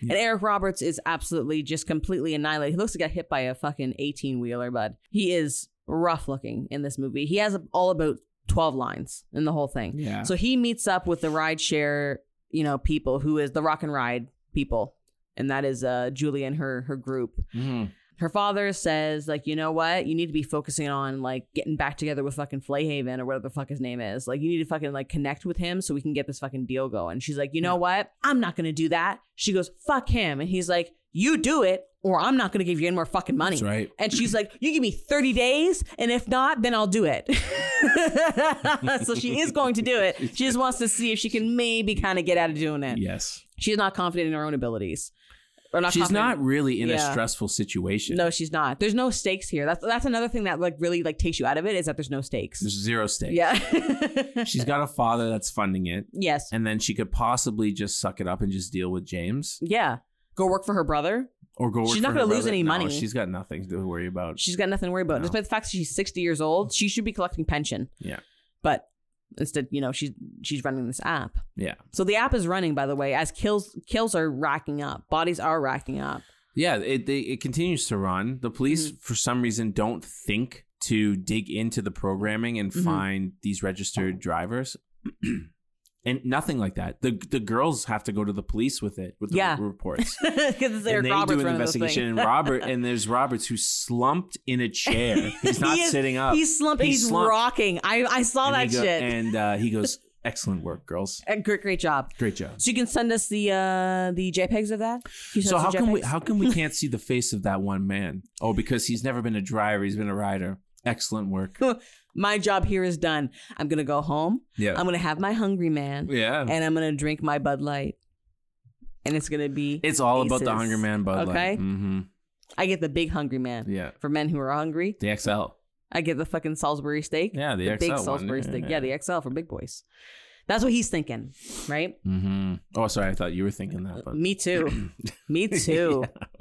[SPEAKER 2] Yeah.
[SPEAKER 1] And Eric Roberts is absolutely just completely annihilated. He looks like he got hit by a fucking 18 wheeler, bud. He is rough looking in this movie. He has all about 12 lines in the whole thing.
[SPEAKER 2] yeah.
[SPEAKER 1] So he meets up with the rideshare, you know, people who is the rock and ride people. And that is uh, Julie and her her group
[SPEAKER 2] Mhm.
[SPEAKER 1] her father says like you know what you need to be focusing on like getting back together with fucking flayhaven or whatever the fuck his name is like you need to fucking like connect with him so we can get this fucking deal going she's like you know what i'm not gonna do that she goes fuck him and he's like you do it or i'm not gonna give you any more fucking money
[SPEAKER 2] That's right.
[SPEAKER 1] and she's like you give me 30 days and if not then i'll do it [laughs] so she is going to do it she just wants to see if she can maybe kind of get out of doing it
[SPEAKER 2] Yes.
[SPEAKER 1] she's not confident in her own abilities or not
[SPEAKER 2] She's
[SPEAKER 1] confident-
[SPEAKER 2] not really in a
[SPEAKER 1] Yeah.
[SPEAKER 2] stressful situation.
[SPEAKER 1] no, she's not. There's no stakes here. That's that's another thing that like really like takes you out of it is that there's no stakes.
[SPEAKER 2] There's zero stakes.
[SPEAKER 1] Yeah. [laughs]
[SPEAKER 2] She's got a father that's funding it.
[SPEAKER 1] yes.
[SPEAKER 2] and then she could possibly just suck it up and just deal with James
[SPEAKER 1] Yeah. Go work for her brother.
[SPEAKER 2] or go. work
[SPEAKER 1] She's not
[SPEAKER 2] for her
[SPEAKER 1] gonna lose
[SPEAKER 2] brother.
[SPEAKER 1] any
[SPEAKER 2] No,
[SPEAKER 1] money.
[SPEAKER 2] She's got nothing to worry about.
[SPEAKER 1] She's got nothing to worry about.
[SPEAKER 2] No.
[SPEAKER 1] Despite the fact that she's 60 years old, she should be collecting pension.
[SPEAKER 2] Yeah.
[SPEAKER 1] But instead, you know, she's she's running this app.
[SPEAKER 2] Yeah,
[SPEAKER 1] So the app is running, by the way, as kills kills are racking up, bodies are racking up. [laughs]
[SPEAKER 2] yeah. It they, it continues to run. The police,
[SPEAKER 1] Mm-hmm.
[SPEAKER 2] for some reason, don't think to dig into the programming and
[SPEAKER 1] Mhm.
[SPEAKER 2] find these registered drivers. [clears throat] and nothing like that. The the girls have to go to the police with it with the
[SPEAKER 1] Yeah.
[SPEAKER 2] re- reports.
[SPEAKER 1] [laughs] Because it's Eric
[SPEAKER 2] and they
[SPEAKER 1] Roberts
[SPEAKER 2] do an
[SPEAKER 1] running the thing.
[SPEAKER 2] investigation, and
[SPEAKER 1] [laughs]
[SPEAKER 2] Robert and there's Roberts who's slumped in a chair. He's not
[SPEAKER 1] He is-
[SPEAKER 2] sitting up.
[SPEAKER 1] He's slumping.
[SPEAKER 2] He's
[SPEAKER 1] He's,
[SPEAKER 2] slumped.
[SPEAKER 1] rocking. I, I saw
[SPEAKER 2] and
[SPEAKER 1] that
[SPEAKER 2] he go-
[SPEAKER 1] shit.
[SPEAKER 2] And uh, he
[SPEAKER 1] [laughs]
[SPEAKER 2] goes, "Excellent work, girls.
[SPEAKER 1] Uh, great, great job.
[SPEAKER 2] Great job."
[SPEAKER 1] So you can send us the uh the JPEGs of that. Can you send
[SPEAKER 2] So
[SPEAKER 1] us
[SPEAKER 2] how
[SPEAKER 1] the
[SPEAKER 2] can we
[SPEAKER 1] JPEGs?
[SPEAKER 2] how can
[SPEAKER 1] [laughs]
[SPEAKER 2] we can't see the face of that one man? Oh, because he's never been a driver. He's been a rider. Excellent work.
[SPEAKER 1] My job here is done. I'm gonna go home.
[SPEAKER 2] Yeah.
[SPEAKER 1] I'm gonna have my hungry man,
[SPEAKER 2] yeah.
[SPEAKER 1] and I'm gonna drink my Bud Light, and it's gonna be
[SPEAKER 2] it's all about
[SPEAKER 1] Aces.
[SPEAKER 2] the Hunger Man Bud
[SPEAKER 1] Okay.
[SPEAKER 2] Light. hmm
[SPEAKER 1] I get the big hungry man
[SPEAKER 2] Yeah.
[SPEAKER 1] for men who are hungry.
[SPEAKER 2] The XL.
[SPEAKER 1] I get the fucking Salisbury steak.
[SPEAKER 2] Yeah, the,
[SPEAKER 1] the,
[SPEAKER 2] XL
[SPEAKER 1] big
[SPEAKER 2] one.
[SPEAKER 1] Salisbury steak. Yeah, the XL for big boys. That's what he's thinking, right?
[SPEAKER 2] hmm Oh, sorry. I thought you were thinking that, but
[SPEAKER 1] Me
[SPEAKER 2] [laughs]
[SPEAKER 1] too. Me too.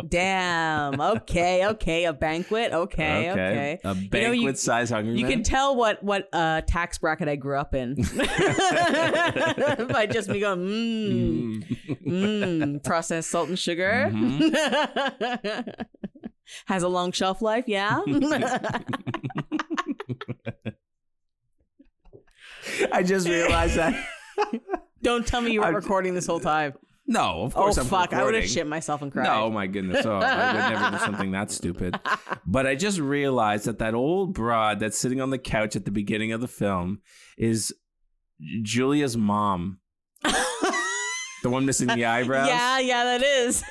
[SPEAKER 1] Damn. Okay. Okay. A banquet. Okay. Okay.
[SPEAKER 2] A
[SPEAKER 1] you-
[SPEAKER 2] banquet size Hunger
[SPEAKER 1] You
[SPEAKER 2] Man.
[SPEAKER 1] can tell what what uh, tax bracket I grew up in [laughs] by just me going mmm
[SPEAKER 2] Mm.
[SPEAKER 1] [laughs] mmm processed salt and sugar
[SPEAKER 2] Mm-hmm.
[SPEAKER 1] [laughs] has a long shelf life.
[SPEAKER 2] [laughs]
[SPEAKER 1] Yeah.
[SPEAKER 2] I just realized that.
[SPEAKER 1] Don't tell me you were
[SPEAKER 2] I'm-
[SPEAKER 1] recording this whole time.
[SPEAKER 2] [laughs] No, of
[SPEAKER 1] Oh
[SPEAKER 2] course I'm
[SPEAKER 1] fuck! I would have
[SPEAKER 2] recording.
[SPEAKER 1] shit myself and cried. [laughs]
[SPEAKER 2] No, my goodness. Oh, I would never do something that stupid. But I just realized that that old broad that's sitting on the couch at the beginning of the film is Julia's mom, the one
[SPEAKER 1] [laughs]
[SPEAKER 2] missing the eyebrows.
[SPEAKER 1] yeah, yeah, that is.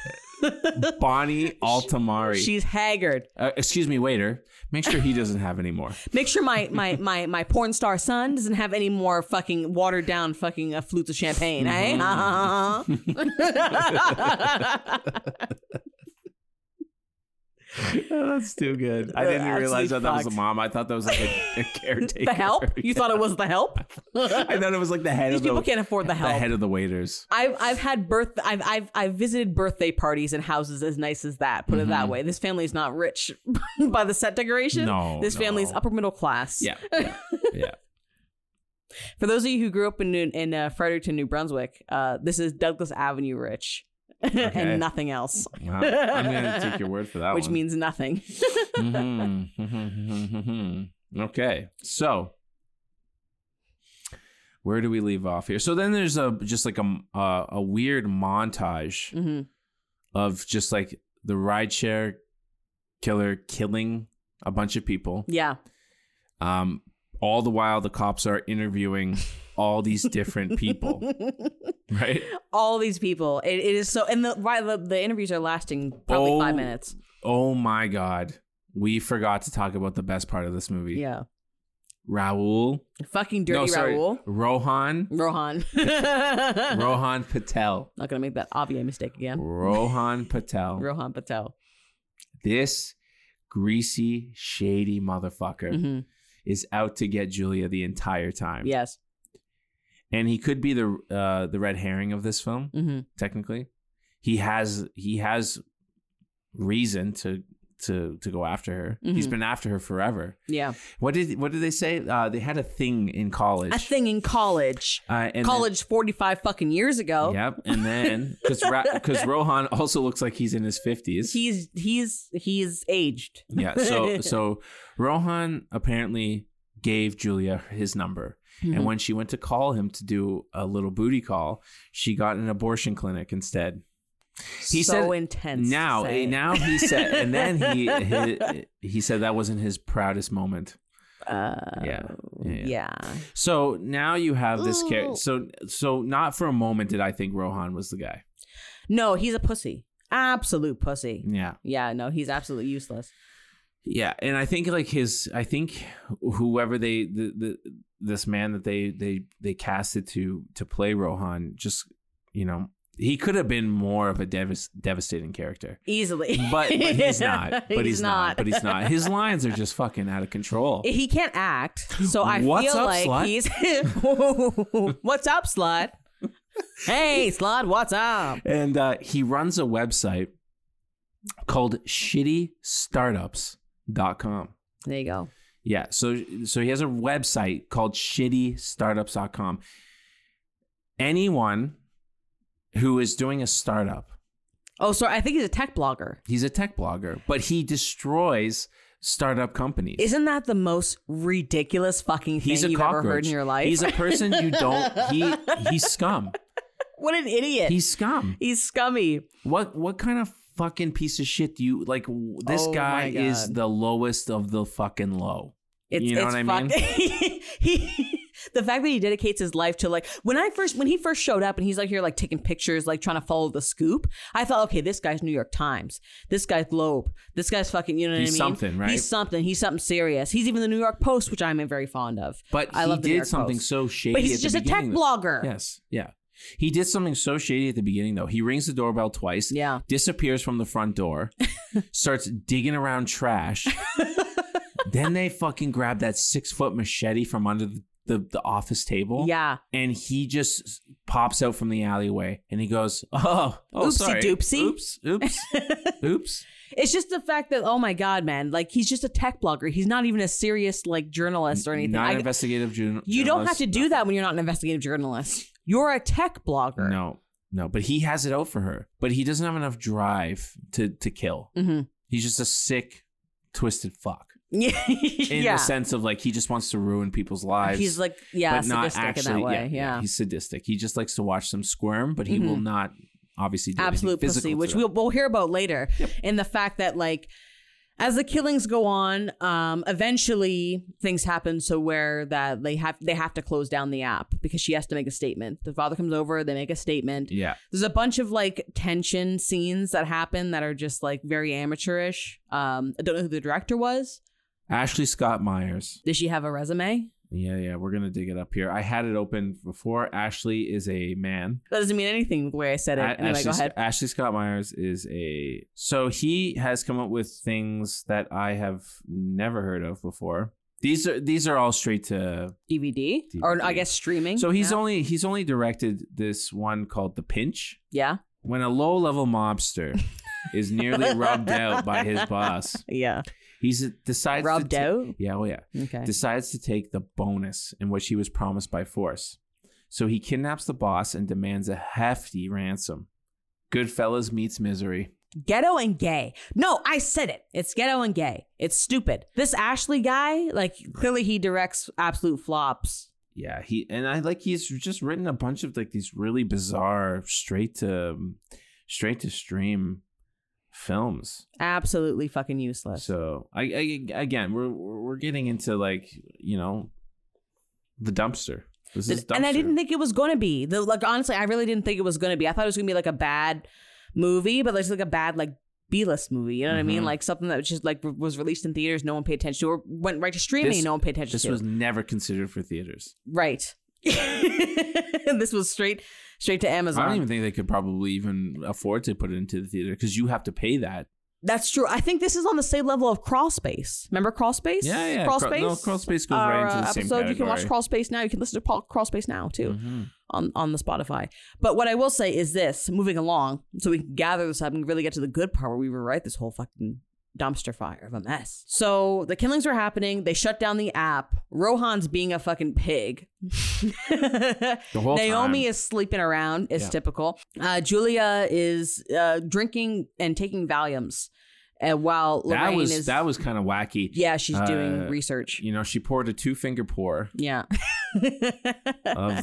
[SPEAKER 2] Bonnie Altamari.
[SPEAKER 1] She's haggard.
[SPEAKER 2] uh, excuse me, waiter. Make sure he doesn't have
[SPEAKER 1] [laughs]
[SPEAKER 2] any more. [laughs]
[SPEAKER 1] Make sure my my my my porn star son doesn't have any more fucking watered down fucking uh, flutes of champagne, eh?
[SPEAKER 2] Mm-hmm.
[SPEAKER 1] [laughs]
[SPEAKER 2] [laughs]
[SPEAKER 1] Uh-huh.
[SPEAKER 2] Oh, that's too good. I didn't
[SPEAKER 1] Absolutely
[SPEAKER 2] realize that that was
[SPEAKER 1] fucked.
[SPEAKER 2] a mom. I thought that was
[SPEAKER 1] [laughs]
[SPEAKER 2] like a, a caretaker.
[SPEAKER 1] the
[SPEAKER 2] [laughs]
[SPEAKER 1] help? You thought it was the help?
[SPEAKER 2] I thought it was like the head
[SPEAKER 1] These
[SPEAKER 2] of the,
[SPEAKER 1] people can't afford the
[SPEAKER 2] the
[SPEAKER 1] help.
[SPEAKER 2] head of the waiters.
[SPEAKER 1] I've I've had birth I've I've I've visited birthday parties and houses as nice as that. Put it
[SPEAKER 2] Mm-hmm.
[SPEAKER 1] that way. This family's not rich [laughs] by the set decoration.
[SPEAKER 2] No,
[SPEAKER 1] this
[SPEAKER 2] no.
[SPEAKER 1] family's upper middle class.
[SPEAKER 2] Yeah, yeah,
[SPEAKER 1] [laughs]
[SPEAKER 2] yeah.
[SPEAKER 1] For those of you who grew up in New- in uh, Fredericton, New Brunswick, uh, this is Douglas Avenue rich, [laughs]
[SPEAKER 2] Okay.
[SPEAKER 1] and nothing else,
[SPEAKER 2] Wow. I'm gonna take your word for that
[SPEAKER 1] which
[SPEAKER 2] one.
[SPEAKER 1] means nothing. [laughs]
[SPEAKER 2] Mm-hmm. means Mm-hmm. okay. So where do we leave off here? So then there's a just like a uh, a weird montage
[SPEAKER 1] hmm
[SPEAKER 2] of just like the rideshare killer killing a bunch of people.
[SPEAKER 1] Yeah,
[SPEAKER 2] Um, all the while the cops are interviewing all these
[SPEAKER 1] [laughs]
[SPEAKER 2] different people, right?
[SPEAKER 1] all these people. It, it is so, and the, why the the interviews are lasting probably
[SPEAKER 2] Oh.
[SPEAKER 1] five minutes.
[SPEAKER 2] Oh my god, we forgot to talk about the best part of this movie.
[SPEAKER 1] Yeah,
[SPEAKER 2] Raul,
[SPEAKER 1] fucking dirty
[SPEAKER 2] no, sorry,
[SPEAKER 1] Raul
[SPEAKER 2] Rohan,
[SPEAKER 1] [laughs] Rohan. [laughs]
[SPEAKER 2] Rohan Patel,
[SPEAKER 1] Not gonna make that obvious mistake again.
[SPEAKER 2] Rohan Patel.
[SPEAKER 1] Rohan Patel.
[SPEAKER 2] This greasy, shady motherfucker
[SPEAKER 1] hmm
[SPEAKER 2] is out to get Julia the entire time.
[SPEAKER 1] Yes.
[SPEAKER 2] and he could be the uh, the red herring of this film.
[SPEAKER 1] hmm
[SPEAKER 2] technically. He has he has reason to to to go after her. He's
[SPEAKER 1] Mhm.
[SPEAKER 2] been after her forever.
[SPEAKER 1] Yeah.
[SPEAKER 2] What did what did they say? Uh, they had a thing in college.
[SPEAKER 1] A thing in college.
[SPEAKER 2] Uh, and
[SPEAKER 1] college forty five fucking years ago.
[SPEAKER 2] Then, yep. And then because
[SPEAKER 1] [laughs]
[SPEAKER 2] because Rohan also looks like he's in his fifties.
[SPEAKER 1] He's he's he's aged.
[SPEAKER 2] yeah.
[SPEAKER 1] [laughs]
[SPEAKER 2] So so Rohan apparently gave Julia his number.
[SPEAKER 1] Mhm.
[SPEAKER 2] And when she went to call him to do a little booty call, she got an abortion clinic instead. He
[SPEAKER 1] so
[SPEAKER 2] said-
[SPEAKER 1] intense. to
[SPEAKER 2] now eh,
[SPEAKER 1] say.
[SPEAKER 2] now he said and then he, he he said that wasn't his proudest moment
[SPEAKER 1] Uh,
[SPEAKER 2] Yeah. Yeah, yeah.
[SPEAKER 1] yeah.
[SPEAKER 2] so now you have this
[SPEAKER 1] Ooh.
[SPEAKER 2] character so so not for a moment did i think rohan was the guy
[SPEAKER 1] No, he's a pussy. Absolute pussy.
[SPEAKER 2] yeah
[SPEAKER 1] Yeah, no, he's absolutely useless.
[SPEAKER 2] yeah and i think like his i think whoever they the, the this man that they they they casted to to play rohan just you know he could have been more of a devas- devastating character
[SPEAKER 1] Easily.
[SPEAKER 2] but, but [laughs] he's not but he's, not. but he's not his lines are just fucking out of control
[SPEAKER 1] [laughs]
[SPEAKER 2] [laughs]
[SPEAKER 1] He can't act. So I
[SPEAKER 2] What's
[SPEAKER 1] feel
[SPEAKER 2] up,
[SPEAKER 1] like
[SPEAKER 2] slut?
[SPEAKER 1] he's [laughs] What's up,
[SPEAKER 2] [laughs]
[SPEAKER 1] slut? Hey, slut, what's up?
[SPEAKER 2] and uh, he runs a website called shittystartups.com
[SPEAKER 1] There you go.
[SPEAKER 2] yeah so so he has a website called shittystartups.com anyone who is doing a startup
[SPEAKER 1] Oh, sorry. I think he's a tech blogger.
[SPEAKER 2] he's a tech blogger but he destroys startup companies.
[SPEAKER 1] Isn't that the most ridiculous fucking thing
[SPEAKER 2] He's a
[SPEAKER 1] you've
[SPEAKER 2] cockroach.
[SPEAKER 1] ever heard in your life?
[SPEAKER 2] He's a person you don't. He he's scum.
[SPEAKER 1] [laughs] what an idiot.
[SPEAKER 2] He's scum.
[SPEAKER 1] He's scummy.
[SPEAKER 2] What what kind of fucking piece of shit do you like? w- This
[SPEAKER 1] Oh my
[SPEAKER 2] guy is
[SPEAKER 1] God.
[SPEAKER 2] the lowest of the fucking low.
[SPEAKER 1] It's,
[SPEAKER 2] You know
[SPEAKER 1] it's
[SPEAKER 2] what I
[SPEAKER 1] fucked. [laughs] he, the fact that he dedicates his life to like when I first when he first showed up and he's like here like taking pictures like trying to follow the scoop. I thought okay this guy's New York Times, this guy's Globe, this guy's fucking you know what
[SPEAKER 2] He's
[SPEAKER 1] I mean?
[SPEAKER 2] something, right?
[SPEAKER 1] He's something. He's something serious. He's even the New York Post, which I'm very fond of.
[SPEAKER 2] But
[SPEAKER 1] I
[SPEAKER 2] he
[SPEAKER 1] love the New
[SPEAKER 2] did
[SPEAKER 1] York
[SPEAKER 2] something
[SPEAKER 1] Post.
[SPEAKER 2] so shady.
[SPEAKER 1] But
[SPEAKER 2] at
[SPEAKER 1] he's
[SPEAKER 2] the
[SPEAKER 1] just a tech
[SPEAKER 2] beginning, though.
[SPEAKER 1] blogger.
[SPEAKER 2] Yes. Yeah. He did something so shady at the beginning though. He rings the doorbell twice.
[SPEAKER 1] Yeah.
[SPEAKER 2] Disappears from the
[SPEAKER 1] [laughs]
[SPEAKER 2] front door. starts digging around trash. then they fucking grab that six foot machete from under the, the, the office table.
[SPEAKER 1] Yeah.
[SPEAKER 2] And he just s- pops out from the alleyway and he goes, Oh, oh
[SPEAKER 1] Oopsie
[SPEAKER 2] sorry.
[SPEAKER 1] doopsie.
[SPEAKER 2] Oops,
[SPEAKER 1] [laughs]
[SPEAKER 2] oops, oops.
[SPEAKER 1] It's just the fact that oh my god, man, like he's just a tech blogger. He's not even a serious like journalist or anything.
[SPEAKER 2] Not
[SPEAKER 1] I-
[SPEAKER 2] investigative journal-
[SPEAKER 1] you don't have
[SPEAKER 2] journalist.
[SPEAKER 1] to do that when you're not an investigative journalist. You're a tech blogger.
[SPEAKER 2] No, no, but he has it out for her. But he doesn't have enough drive to to kill.
[SPEAKER 1] hmm
[SPEAKER 2] He's just a sick, twisted fuck
[SPEAKER 1] [laughs] Yeah.
[SPEAKER 2] in
[SPEAKER 1] yeah.
[SPEAKER 2] the sense of like he just wants to ruin people's lives.
[SPEAKER 1] He's like, yeah,
[SPEAKER 2] but not
[SPEAKER 1] sadistic
[SPEAKER 2] actually.
[SPEAKER 1] in that way. Yeah. Mm-hmm.
[SPEAKER 2] he's sadistic. He just likes to watch them squirm, but he will not obviously do anything
[SPEAKER 1] Absolute
[SPEAKER 2] physical
[SPEAKER 1] pussy,
[SPEAKER 2] to
[SPEAKER 1] which
[SPEAKER 2] them.
[SPEAKER 1] we'll, we'll hear about later. And the fact that, like, as the killings go on, um, eventually things happen so where that they have they have to close down the app because she has to make a statement. The father comes over, they make a statement.
[SPEAKER 2] yeah.
[SPEAKER 1] There's a bunch of like tension scenes that happen that are just like very amateurish. Um, I don't know who the director was.
[SPEAKER 2] Ashley Scott Myers.
[SPEAKER 1] Does she have a resume?
[SPEAKER 2] Yeah, yeah, we're gonna dig it up here. I had it open before. Ashley is a man.
[SPEAKER 1] That doesn't mean anything the way I said it.
[SPEAKER 2] A-
[SPEAKER 1] anyway, go ahead.
[SPEAKER 2] Ashley Scott Myers is a so he has come up with things that I have never heard of before. These are these are all straight to
[SPEAKER 1] DVD, or I
[SPEAKER 2] DVD.
[SPEAKER 1] guess streaming.
[SPEAKER 2] so he's
[SPEAKER 1] yeah.
[SPEAKER 2] only he's only directed this one called The Pinch.
[SPEAKER 1] yeah,
[SPEAKER 2] When a low
[SPEAKER 1] [laughs]
[SPEAKER 2] level mobster is nearly rubbed out by his boss,
[SPEAKER 1] yeah,
[SPEAKER 2] he's decides to
[SPEAKER 1] rubbed
[SPEAKER 2] ta-
[SPEAKER 1] out.
[SPEAKER 2] Yeah, oh yeah.
[SPEAKER 1] Okay,
[SPEAKER 2] decides to take the bonus in which he was promised by force. So he kidnaps the boss and demands a hefty ransom. Goodfellas meets misery.
[SPEAKER 1] ghetto and gay. No, I said it. It's ghetto and gay. It's stupid. This Ashley guy, like clearly he directs absolute flops.
[SPEAKER 2] Yeah, he and I like he's just written a bunch of like these really bizarre straight to mm, straight to stream films.
[SPEAKER 1] Absolutely fucking useless.
[SPEAKER 2] So I, I again we're we're getting into like you know the dumpster. This is dumpster.
[SPEAKER 1] and I didn't think it was going to be. The, like honestly, I really didn't think it was going to be. I thought it was going to be like a bad movie, but it's like a bad like B-list movie. You know what I mean?
[SPEAKER 2] Mhm.
[SPEAKER 1] Like something that was just like was released in theaters, no one paid attention to, or went right to streaming,
[SPEAKER 2] This-
[SPEAKER 1] no one paid attention
[SPEAKER 2] this
[SPEAKER 1] to.
[SPEAKER 2] was never considered for theaters.
[SPEAKER 1] Right. [laughs] this was straight straight to Amazon.
[SPEAKER 2] I don't even think they could probably even afford to put it into the theater because you have to pay that.
[SPEAKER 1] That's true. I think this is on the same level of Crawl Space. Remember Crawl Space?
[SPEAKER 2] Yeah, yeah.
[SPEAKER 1] Crawl
[SPEAKER 2] Cra-
[SPEAKER 1] Space.
[SPEAKER 2] no, Crawl Space goes right
[SPEAKER 1] Our,
[SPEAKER 2] into
[SPEAKER 1] uh,
[SPEAKER 2] the same
[SPEAKER 1] episode. You can watch
[SPEAKER 2] category.
[SPEAKER 1] Crawl Space now. You can listen to Paul- Crawl Space now too
[SPEAKER 2] Mhm.
[SPEAKER 1] on on the Spotify. But what I will say is this: moving along, so we can gather this up and really get to the good part where we rewrite this whole fucking dumpster fire of a mess. So the killings were happening. They shut down the app. Rohan's being a fucking pig.
[SPEAKER 2] The whole
[SPEAKER 1] Naomi
[SPEAKER 2] time.
[SPEAKER 1] is sleeping around. It's
[SPEAKER 2] Yeah.
[SPEAKER 1] typical. Uh, Julia is uh, drinking and taking Valiums, uh, while Lorraine
[SPEAKER 2] that was
[SPEAKER 1] is
[SPEAKER 2] that was kind of wacky.
[SPEAKER 1] yeah, she's doing
[SPEAKER 2] uh,
[SPEAKER 1] research.
[SPEAKER 2] You know, she poured a two finger pour
[SPEAKER 1] Yeah,
[SPEAKER 2] [laughs] of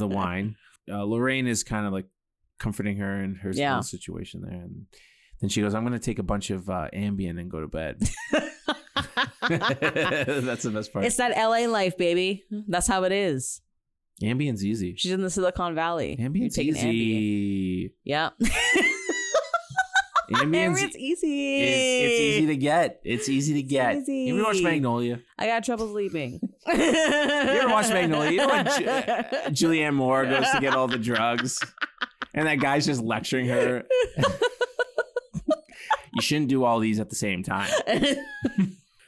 [SPEAKER 1] [laughs]
[SPEAKER 2] the wine. Uh, Lorraine is kind of like comforting her in her
[SPEAKER 1] Yeah.
[SPEAKER 2] little situation there, and then she goes, "I'm going to take a bunch of uh, Ambien and go
[SPEAKER 1] [laughs]
[SPEAKER 2] to bed." That's the best part.
[SPEAKER 1] It's that LA life, baby. That's how it is.
[SPEAKER 2] Ambien's easy.
[SPEAKER 1] She's in the Silicon Valley. You're
[SPEAKER 2] Ambien's
[SPEAKER 1] taking Ambien.
[SPEAKER 2] easy.
[SPEAKER 1] Yeah.
[SPEAKER 2] Ambien's
[SPEAKER 1] [laughs] Ambien's easy.
[SPEAKER 2] It's, it's easy to get. It's easy to get.
[SPEAKER 1] easy.
[SPEAKER 2] You ever watch Magnolia?
[SPEAKER 1] I got trouble sleeping. you
[SPEAKER 2] [laughs] You
[SPEAKER 1] ever
[SPEAKER 2] ever watch Magnolia?
[SPEAKER 1] [laughs]
[SPEAKER 2] You know when Ju- Julianne Moore goes to get all the drugs, and that guy's just lecturing
[SPEAKER 1] [laughs]
[SPEAKER 2] her. you shouldn't do all these at the same time.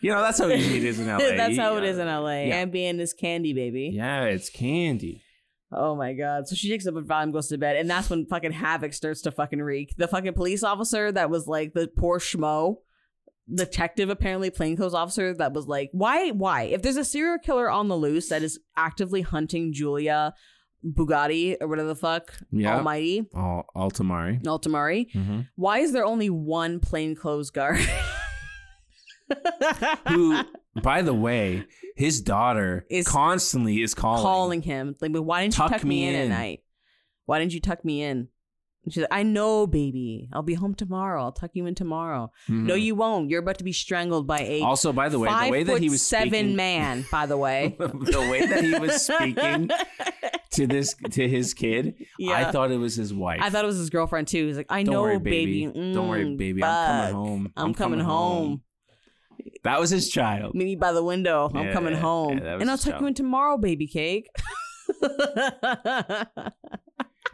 [SPEAKER 2] You know that's how easy it is in LA.
[SPEAKER 1] That's how it is in LA.
[SPEAKER 2] Yeah.
[SPEAKER 1] Ambien is candy, baby.
[SPEAKER 2] Yeah, it's candy.
[SPEAKER 1] Oh my god. So she takes up a volume, goes to bed, and that's when fucking havoc starts to fucking wreak. The fucking police officer that was like the poor schmo detective, apparently plainclothes officer that was like, why, why? If there's a serial killer on the loose that is actively hunting Julia Bugatti or whatever the fuck,
[SPEAKER 2] Yeah.
[SPEAKER 1] Almighty
[SPEAKER 2] Al- Altamari.
[SPEAKER 1] Altamari,
[SPEAKER 2] Mhm.
[SPEAKER 1] [laughs] why is there only one plainclothes guard? [laughs]
[SPEAKER 2] Who, by the way, his daughter
[SPEAKER 1] Is
[SPEAKER 2] constantly is calling.
[SPEAKER 1] calling him like, but why didn't
[SPEAKER 2] Tuck
[SPEAKER 1] you tuck
[SPEAKER 2] me
[SPEAKER 1] me, in,
[SPEAKER 2] in.
[SPEAKER 1] at night? Why didn't you tuck me in? And she's like, I know, baby. I'll be home tomorrow. I'll tuck you in tomorrow.
[SPEAKER 2] Mhm.
[SPEAKER 1] No, you won't. You're about to be strangled by a
[SPEAKER 2] Also, by the way,
[SPEAKER 1] five
[SPEAKER 2] the way that
[SPEAKER 1] foot
[SPEAKER 2] he was
[SPEAKER 1] seven
[SPEAKER 2] speaking,
[SPEAKER 1] man. By the way,
[SPEAKER 2] [laughs] the way that he
[SPEAKER 1] [laughs]
[SPEAKER 2] was speaking to this to his kid,
[SPEAKER 1] Yeah.
[SPEAKER 2] I thought it was his wife.
[SPEAKER 1] I thought it was his girlfriend too. He's like, I
[SPEAKER 2] Don't
[SPEAKER 1] know,
[SPEAKER 2] worry, baby. Don't worry,
[SPEAKER 1] Mm,
[SPEAKER 2] baby. I'm coming
[SPEAKER 1] fuck.
[SPEAKER 2] home.
[SPEAKER 1] I'm, coming, home.
[SPEAKER 2] That was his child.
[SPEAKER 1] Meet me by the window. I'm
[SPEAKER 2] Yeah,
[SPEAKER 1] coming
[SPEAKER 2] yeah,
[SPEAKER 1] home,
[SPEAKER 2] yeah, that was
[SPEAKER 1] and I'll
[SPEAKER 2] his
[SPEAKER 1] tuck you
[SPEAKER 2] job.
[SPEAKER 1] in tomorrow, baby cake. [laughs]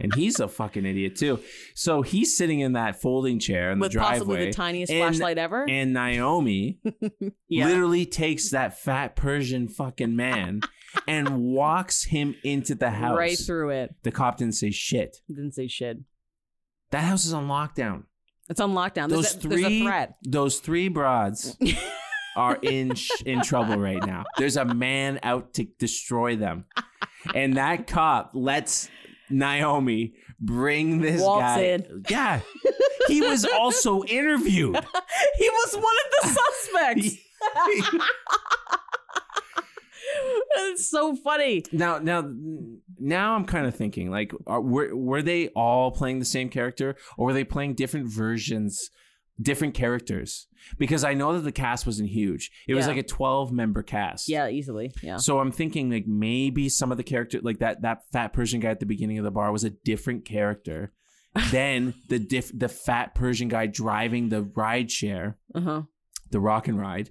[SPEAKER 2] and he's a fucking idiot too. So he's sitting in that folding chair in
[SPEAKER 1] With
[SPEAKER 2] the
[SPEAKER 1] possibly
[SPEAKER 2] driveway,
[SPEAKER 1] the tiniest
[SPEAKER 2] And-
[SPEAKER 1] flashlight ever.
[SPEAKER 2] and Naomi
[SPEAKER 1] [laughs] yeah.
[SPEAKER 2] literally takes that fat Persian fucking man and
[SPEAKER 1] [laughs]
[SPEAKER 2] walks him into the house.
[SPEAKER 1] Right through it.
[SPEAKER 2] The cop didn't say shit.
[SPEAKER 1] Didn't say shit.
[SPEAKER 2] That house is on lockdown.
[SPEAKER 1] It's on lockdown.
[SPEAKER 2] Those
[SPEAKER 1] Um, there's, a, there's
[SPEAKER 2] three,
[SPEAKER 1] a threat.
[SPEAKER 2] those
[SPEAKER 1] [laughs]
[SPEAKER 2] three broads are in sh- in trouble right now. There's a man out to destroy them, and that cop lets Naomi bring this
[SPEAKER 1] Waltz
[SPEAKER 2] guy.
[SPEAKER 1] in.
[SPEAKER 2] Yeah, he was also interviewed.
[SPEAKER 1] [laughs] He was one of the suspects.
[SPEAKER 2] [laughs]
[SPEAKER 1] [laughs] it's so funny.
[SPEAKER 2] now, now, now, I'm kind of thinking like, are, were were they all playing the same character, or were they playing different versions? Different characters because I know that the cast wasn't huge. It was
[SPEAKER 1] Yeah.
[SPEAKER 2] like a 12 member cast.
[SPEAKER 1] Yeah, easily. Yeah.
[SPEAKER 2] So I'm thinking like maybe some of the character like that that fat Persian guy at the beginning of the bar was a different character
[SPEAKER 1] [laughs]
[SPEAKER 2] than the diff the fat Persian guy driving the ride share,
[SPEAKER 1] Uh-huh.
[SPEAKER 2] the rock and ride.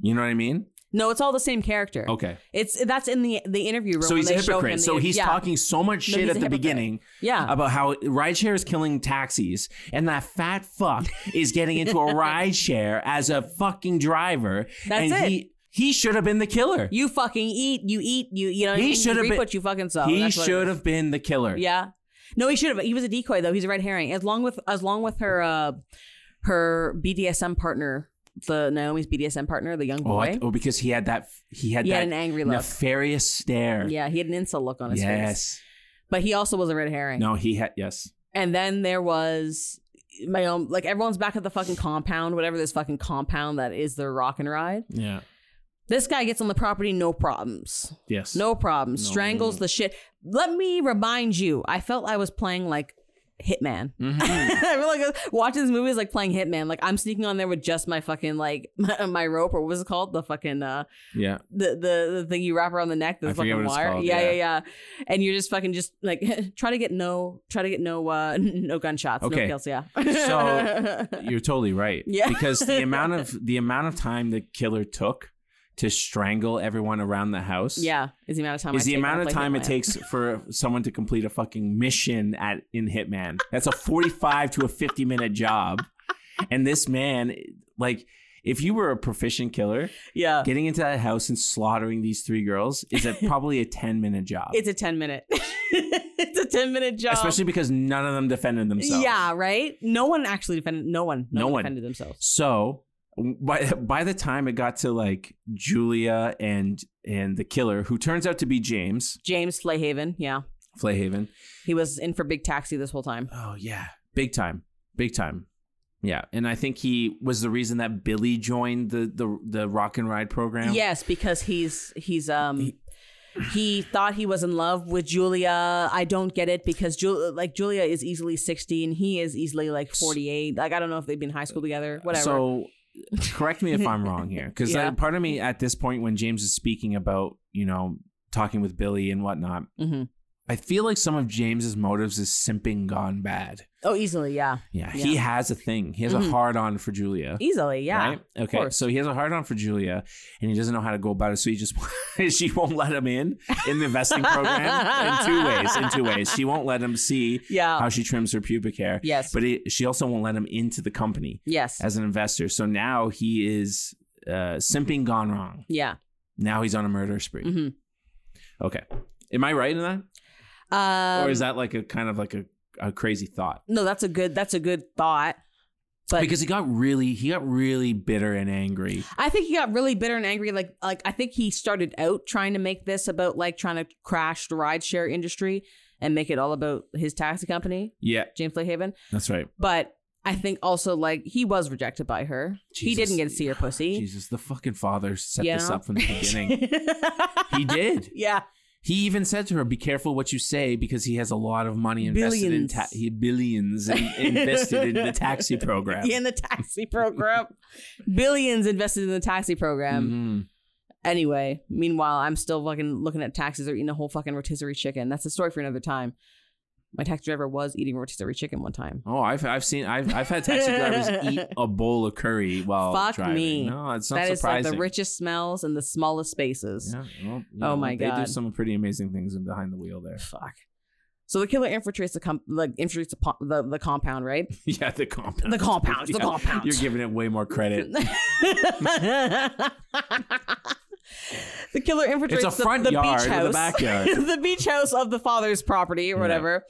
[SPEAKER 2] You know what I mean?
[SPEAKER 1] No, it's all the same character.
[SPEAKER 2] Okay.
[SPEAKER 1] It's that's in the the interview room.
[SPEAKER 2] Oh. So he's a
[SPEAKER 1] when they show him
[SPEAKER 2] hypocrite.
[SPEAKER 1] the-
[SPEAKER 2] So he's uh,
[SPEAKER 1] yeah,
[SPEAKER 2] talking so much
[SPEAKER 1] No,
[SPEAKER 2] shit
[SPEAKER 1] he's a
[SPEAKER 2] at the
[SPEAKER 1] hypocrite.
[SPEAKER 2] beginning
[SPEAKER 1] Yeah.
[SPEAKER 2] [laughs] about how rideshare is killing taxis and that fat fuck is getting into
[SPEAKER 1] [laughs]
[SPEAKER 2] a rideshare as a fucking driver.
[SPEAKER 1] That's
[SPEAKER 2] and
[SPEAKER 1] it.
[SPEAKER 2] he he should have been the killer.
[SPEAKER 1] you fucking eat. You eat. You you know.
[SPEAKER 2] He
[SPEAKER 1] you
[SPEAKER 2] should have
[SPEAKER 1] reap
[SPEAKER 2] been-
[SPEAKER 1] what you fucking sow.
[SPEAKER 2] he
[SPEAKER 1] That's what it
[SPEAKER 2] should
[SPEAKER 1] is.
[SPEAKER 2] have been the killer.
[SPEAKER 1] Yeah. No, he should have. He was a decoy though. He's a red herring. As long with as long with her uh her BDSM partner, the Naomi's BDSM partner, the young
[SPEAKER 2] Oh,
[SPEAKER 1] boy.
[SPEAKER 2] I- oh, because he had that. He had
[SPEAKER 1] he
[SPEAKER 2] that
[SPEAKER 1] had an angry look.
[SPEAKER 2] nefarious stare.
[SPEAKER 1] Yeah, he had an insult look on his face.
[SPEAKER 2] Yes.
[SPEAKER 1] But he also was a red herring.
[SPEAKER 2] No, he had. Yes.
[SPEAKER 1] And then there was my own like everyone's back at the fucking compound, whatever this fucking compound that is the rock and ride.
[SPEAKER 2] Yeah.
[SPEAKER 1] This guy gets on the property, no problems.
[SPEAKER 2] Yes.
[SPEAKER 1] No problems.
[SPEAKER 2] No.
[SPEAKER 1] Strangles the shit. Let me remind you, I felt I was playing like Hitman. [laughs]
[SPEAKER 2] Mhm.
[SPEAKER 1] I feel like watching this movie is like playing Hitman. Like I'm sneaking on there with just my fucking like [laughs] my, my rope or what was it called? The fucking uh
[SPEAKER 2] Yeah.
[SPEAKER 1] the the, the thing you wrap around the neck, the
[SPEAKER 2] I forget
[SPEAKER 1] fucking
[SPEAKER 2] what it's
[SPEAKER 1] wire.
[SPEAKER 2] called,
[SPEAKER 1] yeah,
[SPEAKER 2] yeah.
[SPEAKER 1] yeah, yeah. And you're just fucking just like [laughs] try to get no try to get no uh [laughs] no gunshots,
[SPEAKER 2] Okay.
[SPEAKER 1] no kills,
[SPEAKER 2] [laughs]
[SPEAKER 1] yeah. [laughs]
[SPEAKER 2] So- You're totally right.
[SPEAKER 1] Yeah.
[SPEAKER 2] Because the amount
[SPEAKER 1] [laughs]
[SPEAKER 2] of the amount of time the killer took to strangle everyone around the house.
[SPEAKER 1] yeah, is the amount of time
[SPEAKER 2] Is
[SPEAKER 1] I
[SPEAKER 2] the
[SPEAKER 1] take when I
[SPEAKER 2] amount of
[SPEAKER 1] play
[SPEAKER 2] time it
[SPEAKER 1] Hitman.
[SPEAKER 2] takes for someone to complete a fucking mission at in Hitman? That's a forty-five to a fifty-minute job, and this man, like, if you were a proficient killer,
[SPEAKER 1] Yeah.
[SPEAKER 2] getting into that house and slaughtering these three girls
[SPEAKER 1] [laughs]
[SPEAKER 2] is a, probably a 10 minute job.
[SPEAKER 1] It's a 10 minute. [laughs] it's a 10 minute job.
[SPEAKER 2] Especially because none of them defended themselves.
[SPEAKER 1] Yeah, right? No one actually defended no one. No,
[SPEAKER 2] No
[SPEAKER 1] one
[SPEAKER 2] one.
[SPEAKER 1] defended themselves.
[SPEAKER 2] So by by the time it got to like Julia and and the killer, who turns out to be James
[SPEAKER 1] James Flayhaven, yeah.
[SPEAKER 2] Flayhaven.
[SPEAKER 1] He was in for big taxi this whole time.
[SPEAKER 2] Oh yeah, big time, big time. Yeah, and I think he was the reason that Billy joined the the the rock and ride program.
[SPEAKER 1] Yes, because he's he's um
[SPEAKER 2] He-
[SPEAKER 1] he, thought he was in love with Julia. I don't get it because Julia like Julia is easily 60 and he is easily like 48. Like I don't know if they've been in high school together, whatever.
[SPEAKER 2] So correct me if I'm wrong
[SPEAKER 1] [laughs]
[SPEAKER 2] here, because
[SPEAKER 1] Yeah.
[SPEAKER 2] part of me at this point when James is speaking about you know talking with Billy and whatnot,
[SPEAKER 1] Mhm.
[SPEAKER 2] I feel like some of James's motives is simping gone bad.
[SPEAKER 1] Oh, easily, yeah.
[SPEAKER 2] Yeah, he
[SPEAKER 1] Yeah.
[SPEAKER 2] has a thing. He has
[SPEAKER 1] Mhm.
[SPEAKER 2] a hard on for Julia.
[SPEAKER 1] Easily, yeah.
[SPEAKER 2] Right? Okay.
[SPEAKER 1] course.
[SPEAKER 2] So he has a hard on for Julia, and he doesn't know how to go about it. So he just [laughs] she won't let him in in the investing program
[SPEAKER 1] [laughs]
[SPEAKER 2] in two ways. In two ways, she won't let him see
[SPEAKER 1] Yeah.
[SPEAKER 2] how she trims her pubic hair.
[SPEAKER 1] Oh. yes.
[SPEAKER 2] But he, she also won't let him into the company
[SPEAKER 1] yes.
[SPEAKER 2] as an investor. So now he is uh, simping gone wrong.
[SPEAKER 1] yeah.
[SPEAKER 2] Now he's on a murder spree.
[SPEAKER 1] Mhm.
[SPEAKER 2] Okay. Am I right in that,
[SPEAKER 1] Um,
[SPEAKER 2] or is that like a kind of like a, a crazy thought?
[SPEAKER 1] no? That's a good. That's a good thought. But
[SPEAKER 2] because he got really he got really bitter and angry.
[SPEAKER 1] I think he got really bitter and angry. Like, like I think he started out trying to make this about like trying to crash the rideshare industry and make it all about his taxi company,
[SPEAKER 2] Yeah,
[SPEAKER 1] James Flayhaven.
[SPEAKER 2] that's right.
[SPEAKER 1] But I think also like he was rejected by her. he
[SPEAKER 2] Jesus.
[SPEAKER 1] didn't get to see her pussy.
[SPEAKER 2] Jesus, the fucking father set
[SPEAKER 1] You
[SPEAKER 2] this
[SPEAKER 1] know?
[SPEAKER 2] up
[SPEAKER 1] [laughs]
[SPEAKER 2] from the beginning. he did.
[SPEAKER 1] yeah.
[SPEAKER 2] He even said to her, "Be careful what you say because he has a lot of money invested in
[SPEAKER 1] Billions.
[SPEAKER 2] ta- he billions in- invested in
[SPEAKER 1] [laughs]
[SPEAKER 2] the taxi program."
[SPEAKER 1] In the taxi program. Billions invested in the taxi program.
[SPEAKER 2] Mhm.
[SPEAKER 1] Anyway, meanwhile, I'm still fucking looking at taxis or eating a whole fucking rotisserie chicken. That's a story for another time. My taxi driver was eating rotisserie chicken one time.
[SPEAKER 2] Oh, I've I've seen I've I've had taxi
[SPEAKER 1] [laughs]
[SPEAKER 2] drivers eat a bowl of curry while
[SPEAKER 1] Fuck
[SPEAKER 2] driving.
[SPEAKER 1] me.
[SPEAKER 2] No, it's not
[SPEAKER 1] That is
[SPEAKER 2] surprising.
[SPEAKER 1] like the richest smells and the smallest spaces.
[SPEAKER 2] Yeah, well, you
[SPEAKER 1] Oh
[SPEAKER 2] know,
[SPEAKER 1] my
[SPEAKER 2] They do
[SPEAKER 1] God.
[SPEAKER 2] some pretty amazing things in behind the wheel there. [laughs]
[SPEAKER 1] Fuck. So the killer infiltrates the com- like infiltrates the, po- the the compound, right?
[SPEAKER 2] yeah, the compound.
[SPEAKER 1] The compound,
[SPEAKER 2] [laughs]
[SPEAKER 1] the compound.
[SPEAKER 2] You're giving it way
[SPEAKER 1] [laughs]
[SPEAKER 2] more credit.
[SPEAKER 1] the killer infiltrates
[SPEAKER 2] It's a front
[SPEAKER 1] the, the
[SPEAKER 2] yard
[SPEAKER 1] beach
[SPEAKER 2] with
[SPEAKER 1] house,
[SPEAKER 2] a
[SPEAKER 1] [laughs]
[SPEAKER 2] backyard.
[SPEAKER 1] the beach house of the father's property or
[SPEAKER 2] Yeah.
[SPEAKER 1] whatever.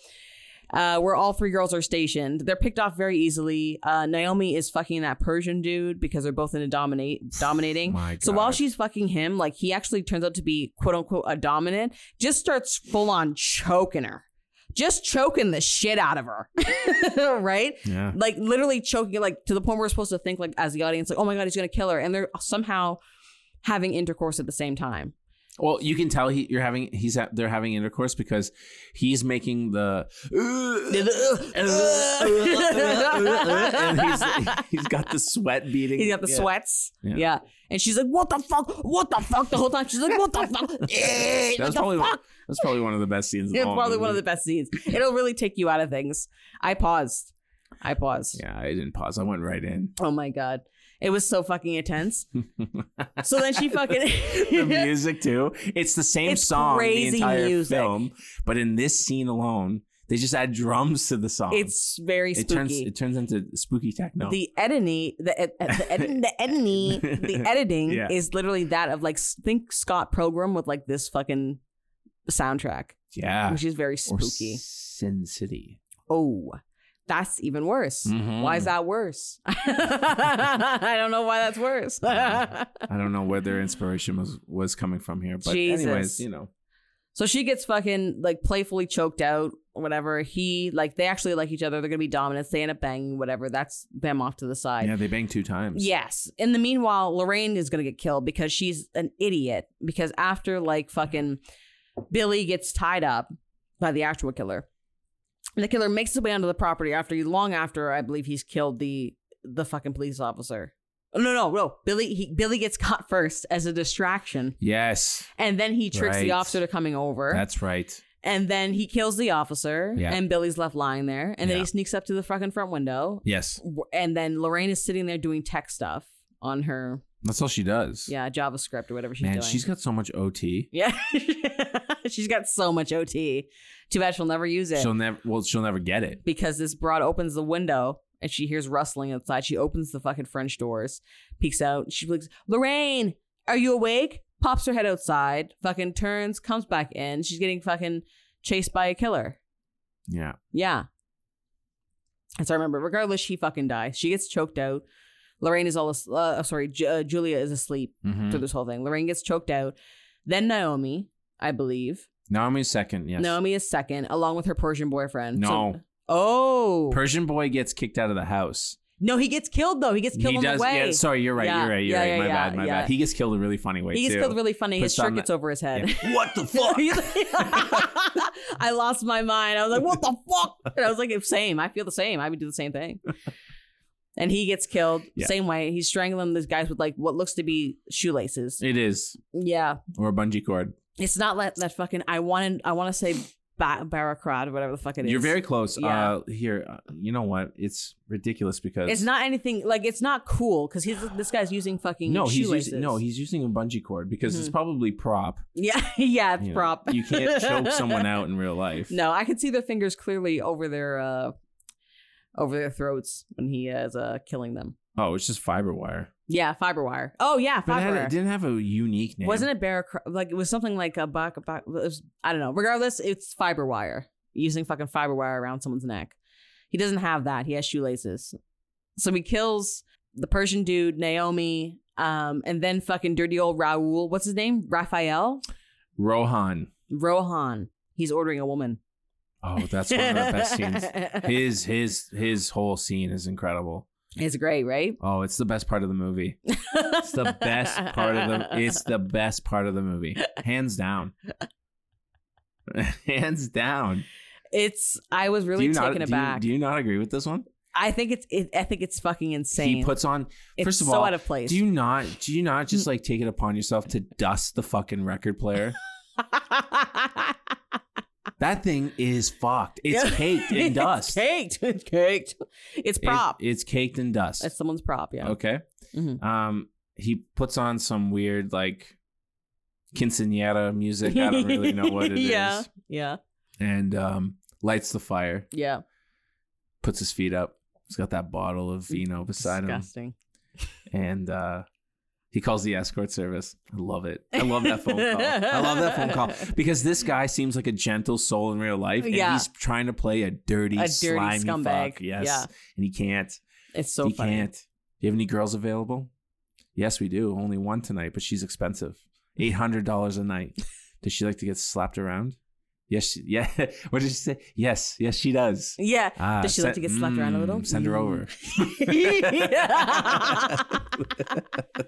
[SPEAKER 1] Uh, where all three girls are stationed. They're picked off very easily. Uh, Naomi is fucking that Persian dude because they're both into
[SPEAKER 2] [sighs]
[SPEAKER 1] dominate dominating.
[SPEAKER 2] My
[SPEAKER 1] So while
[SPEAKER 2] God.
[SPEAKER 1] she's fucking him, like he actually turns out to be quote unquote a dominant, just starts full on choking her. Just choking the shit out of her. [laughs] right?
[SPEAKER 2] yeah.
[SPEAKER 1] Like literally choking, like to the point where we're supposed to think like as the audience, like, oh my god, he's gonna kill her. And they're somehow having intercourse at the same time.
[SPEAKER 2] Well, you can tell he, you're having he's ha- they're having intercourse because he's making the and he's, he's got the sweat beating.
[SPEAKER 1] He's got the
[SPEAKER 2] Yeah.
[SPEAKER 1] sweats.
[SPEAKER 2] Yeah.
[SPEAKER 1] Yeah. And she's like, what the fuck? What the fuck? The whole time she's like, what the
[SPEAKER 2] [laughs]
[SPEAKER 1] fuck? Eh,
[SPEAKER 2] That
[SPEAKER 1] what
[SPEAKER 2] was
[SPEAKER 1] the
[SPEAKER 2] probably Oh, one- [laughs]
[SPEAKER 1] fuck?
[SPEAKER 2] that's probably one of the best scenes. in
[SPEAKER 1] It's
[SPEAKER 2] the whole
[SPEAKER 1] probably one of the
[SPEAKER 2] movie.
[SPEAKER 1] best scenes. It'll really take you out of things. I paused. I paused.
[SPEAKER 2] Yeah, I didn't pause. I went right
[SPEAKER 1] [laughs]
[SPEAKER 2] in.
[SPEAKER 1] Oh my god. It was so fucking
[SPEAKER 2] [laughs]
[SPEAKER 1] intense. so then she fucking [laughs]
[SPEAKER 2] the music too. It's the same
[SPEAKER 1] It's
[SPEAKER 2] song the
[SPEAKER 1] crazy
[SPEAKER 2] entire
[SPEAKER 1] music.
[SPEAKER 2] film, but in this scene alone, they just add drums to the song.
[SPEAKER 1] It's very
[SPEAKER 2] it
[SPEAKER 1] spooky.
[SPEAKER 2] turns it turns into spooky techno.
[SPEAKER 1] The editing, the ed- ed-
[SPEAKER 2] [laughs]
[SPEAKER 1] the editing, the editing, the editing
[SPEAKER 2] Yeah.
[SPEAKER 1] is literally that of like think Scott Pilgrim with like this fucking soundtrack,
[SPEAKER 2] yeah,
[SPEAKER 1] which is very
[SPEAKER 2] Ah, or
[SPEAKER 1] spooky.
[SPEAKER 2] Sin City.
[SPEAKER 1] oh, that's even worse.
[SPEAKER 2] Mhm.
[SPEAKER 1] Why is that worse? [laughs] I don't know why that's worse.
[SPEAKER 2] I don't know where their inspiration was was coming from here, but anyways,
[SPEAKER 1] Jesus.
[SPEAKER 2] you know,
[SPEAKER 1] [laughs] So she gets fucking like playfully choked out, whatever. He like they actually like each other. They're gonna be dominant. They end up banging, whatever. That's them off to the side.
[SPEAKER 2] yeah, they banged two times.
[SPEAKER 1] Yes. In the meanwhile, Lorraine is gonna get killed because she's an idiot. Because after like fucking Billy gets tied up by the actual killer, the killer makes his way onto the property after long after I believe he's killed the the fucking police officer. No, no, no. Billy he, Billy gets caught first as a distraction,
[SPEAKER 2] Yes,
[SPEAKER 1] and then he tricks
[SPEAKER 2] Right.
[SPEAKER 1] the officer to coming over.
[SPEAKER 2] that's right.
[SPEAKER 1] And then he kills the officer,
[SPEAKER 2] Yeah.
[SPEAKER 1] and Billy's left lying there. And then
[SPEAKER 2] Yeah.
[SPEAKER 1] he sneaks up to the fucking front window.
[SPEAKER 2] Yes,
[SPEAKER 1] W- And then Lorraine is sitting there doing tech stuff on her,
[SPEAKER 2] that's all she does.
[SPEAKER 1] yeah, JavaScript or whatever she's
[SPEAKER 2] man,
[SPEAKER 1] doing.
[SPEAKER 2] she's got so much OT.
[SPEAKER 1] yeah, [laughs] she's got so much OT. Too bad she'll never use it
[SPEAKER 2] She'll never. Well, she'll never get it.
[SPEAKER 1] because this broad opens the window and she hears rustling outside. She opens the fucking French doors, peeks out. She looks, Lorraine, are you awake? Pops her head outside, fucking turns, comes back in. She's getting fucking chased by a killer.
[SPEAKER 2] Yeah,
[SPEAKER 1] Yeah. And so I remember, regardless, she fucking dies. She gets choked out. Lorraine is all, as- uh, sorry, Ju- uh, Julia is asleep
[SPEAKER 2] Mhm.
[SPEAKER 1] through this whole thing. Lorraine gets choked out. Then Naomi, I believe.
[SPEAKER 2] Naomi's second. Yes,
[SPEAKER 1] Naomi is second, along with her Persian boyfriend.
[SPEAKER 2] No.
[SPEAKER 1] So- oh.
[SPEAKER 2] Persian boy gets kicked out of the house.
[SPEAKER 1] no, he gets killed, though. He gets killed
[SPEAKER 2] he
[SPEAKER 1] on
[SPEAKER 2] does.
[SPEAKER 1] the way.
[SPEAKER 2] Yeah, sorry, you're right.
[SPEAKER 1] Yeah,
[SPEAKER 2] you're right. You're
[SPEAKER 1] yeah,
[SPEAKER 2] right.
[SPEAKER 1] yeah,
[SPEAKER 2] my
[SPEAKER 1] yeah,
[SPEAKER 2] bad. My
[SPEAKER 1] yeah.
[SPEAKER 2] bad. He gets killed a really funny way
[SPEAKER 1] he gets
[SPEAKER 2] too.
[SPEAKER 1] killed really funny.
[SPEAKER 2] Puts
[SPEAKER 1] His shirt
[SPEAKER 2] on the-
[SPEAKER 1] gets over his head.
[SPEAKER 2] Yeah. What the
[SPEAKER 1] [laughs]
[SPEAKER 2] fuck?
[SPEAKER 1] He's like- [laughs] I lost my mind. I was like, what
[SPEAKER 2] [laughs]
[SPEAKER 1] the fuck? And I was like, same. I feel the same. I would do the same thing. And he gets killed
[SPEAKER 2] Yeah.
[SPEAKER 1] same way. He's strangling these guys with like what looks to be shoelaces.
[SPEAKER 2] it is
[SPEAKER 1] Yeah,
[SPEAKER 2] or a bungee cord.
[SPEAKER 1] it's not like that fucking. I wanted. I want to say ba- barricade or whatever the fuck it is.
[SPEAKER 2] You're very close.
[SPEAKER 1] Yeah.
[SPEAKER 2] Uh, here, uh, you know what? It's ridiculous because
[SPEAKER 1] It's not anything like it's not cool because he's this guy's using fucking
[SPEAKER 2] No, he's
[SPEAKER 1] shoelaces. Mm-hmm.
[SPEAKER 2] using, no, he's using a bungee cord because it's probably prop.
[SPEAKER 1] [laughs] yeah yeah it's
[SPEAKER 2] you know.
[SPEAKER 1] prop.
[SPEAKER 2] You
[SPEAKER 1] [laughs]
[SPEAKER 2] can't choke someone out in real life.
[SPEAKER 1] No, I could see their fingers clearly over their uh over their throats when he is uh killing them.
[SPEAKER 2] Oh, it's just fiber wire.
[SPEAKER 1] Yeah, fiber wire. Oh yeah,
[SPEAKER 2] But it,
[SPEAKER 1] fiber
[SPEAKER 2] had-
[SPEAKER 1] wire.
[SPEAKER 2] it didn't have a unique name.
[SPEAKER 1] Wasn't it barrac like it was something like a buck, buck it was, I don't know. Regardless, it's fiber wire. Using fucking fiber wire around someone's neck. He doesn't have that. He has shoelaces. So he kills the Persian dude, Naomi, um, and then fucking dirty old Raul. What's his name? Raphael?
[SPEAKER 2] Rohan?
[SPEAKER 1] Rohan. He's ordering a woman.
[SPEAKER 2] Oh, that's one of
[SPEAKER 1] [laughs]
[SPEAKER 2] the best scenes. His his his whole scene is incredible.
[SPEAKER 1] It's great, right?
[SPEAKER 2] Oh, it's the best part of the movie. It's the best part of the it's the best part of the movie. Hands down. [laughs] Hands down.
[SPEAKER 1] [laughs] It's. I was
[SPEAKER 2] do
[SPEAKER 1] really
[SPEAKER 2] you not,
[SPEAKER 1] taken
[SPEAKER 2] do you-
[SPEAKER 1] aback.
[SPEAKER 2] Do you, not agree with this one?
[SPEAKER 1] I think it's. It, I think it's fucking insane.
[SPEAKER 2] He puts on
[SPEAKER 1] it's
[SPEAKER 2] first of
[SPEAKER 1] so
[SPEAKER 2] all,
[SPEAKER 1] out of place.
[SPEAKER 2] do you not do you not
[SPEAKER 1] Mm.
[SPEAKER 2] just like take it upon yourself to dust the fucking
[SPEAKER 1] [laughs]
[SPEAKER 2] record player? That thing is fucked. It's
[SPEAKER 1] Yeah.
[SPEAKER 2] caked
[SPEAKER 1] [laughs]
[SPEAKER 2] in
[SPEAKER 1] It's
[SPEAKER 2] dust.
[SPEAKER 1] caked. [laughs] It's caked. It's
[SPEAKER 2] It-
[SPEAKER 1] prop.
[SPEAKER 2] it's caked in dust.
[SPEAKER 1] it's someone's prop. Yeah.
[SPEAKER 2] Okay.
[SPEAKER 1] Mhm.
[SPEAKER 2] Um, he puts on some weird like quinceanera music. I don't really know what it is.
[SPEAKER 1] [laughs] yeah. Yeah.
[SPEAKER 2] And um, lights the fire.
[SPEAKER 1] Yeah.
[SPEAKER 2] Puts his feet up. He's got that bottle of vino beside him,
[SPEAKER 1] Disgusting.
[SPEAKER 2] and uh, he calls the escort service. I love it. I love that phone call. I love that
[SPEAKER 1] [laughs]
[SPEAKER 2] phone call because this guy seems like a gentle soul in real life, and
[SPEAKER 1] Yeah.
[SPEAKER 2] he's trying to play a dirty,
[SPEAKER 1] A dirty
[SPEAKER 2] slimy
[SPEAKER 1] scumbag.
[SPEAKER 2] fuck. Yes,
[SPEAKER 1] Yeah.
[SPEAKER 2] and he can't.
[SPEAKER 1] It's so
[SPEAKER 2] he
[SPEAKER 1] funny.
[SPEAKER 2] can't. Do you have any girls available? Yes, we do. Only one tonight, but she's expensive. Eight hundred dollars
[SPEAKER 1] [laughs]
[SPEAKER 2] a night. Does she like to get slapped around? Yes. She, yeah. [laughs] What did she say? Yes. Yes, she does.
[SPEAKER 1] Yeah.
[SPEAKER 2] Ah,
[SPEAKER 1] Does she like to get slapped around a little?
[SPEAKER 2] Send her
[SPEAKER 1] Mm.
[SPEAKER 2] over.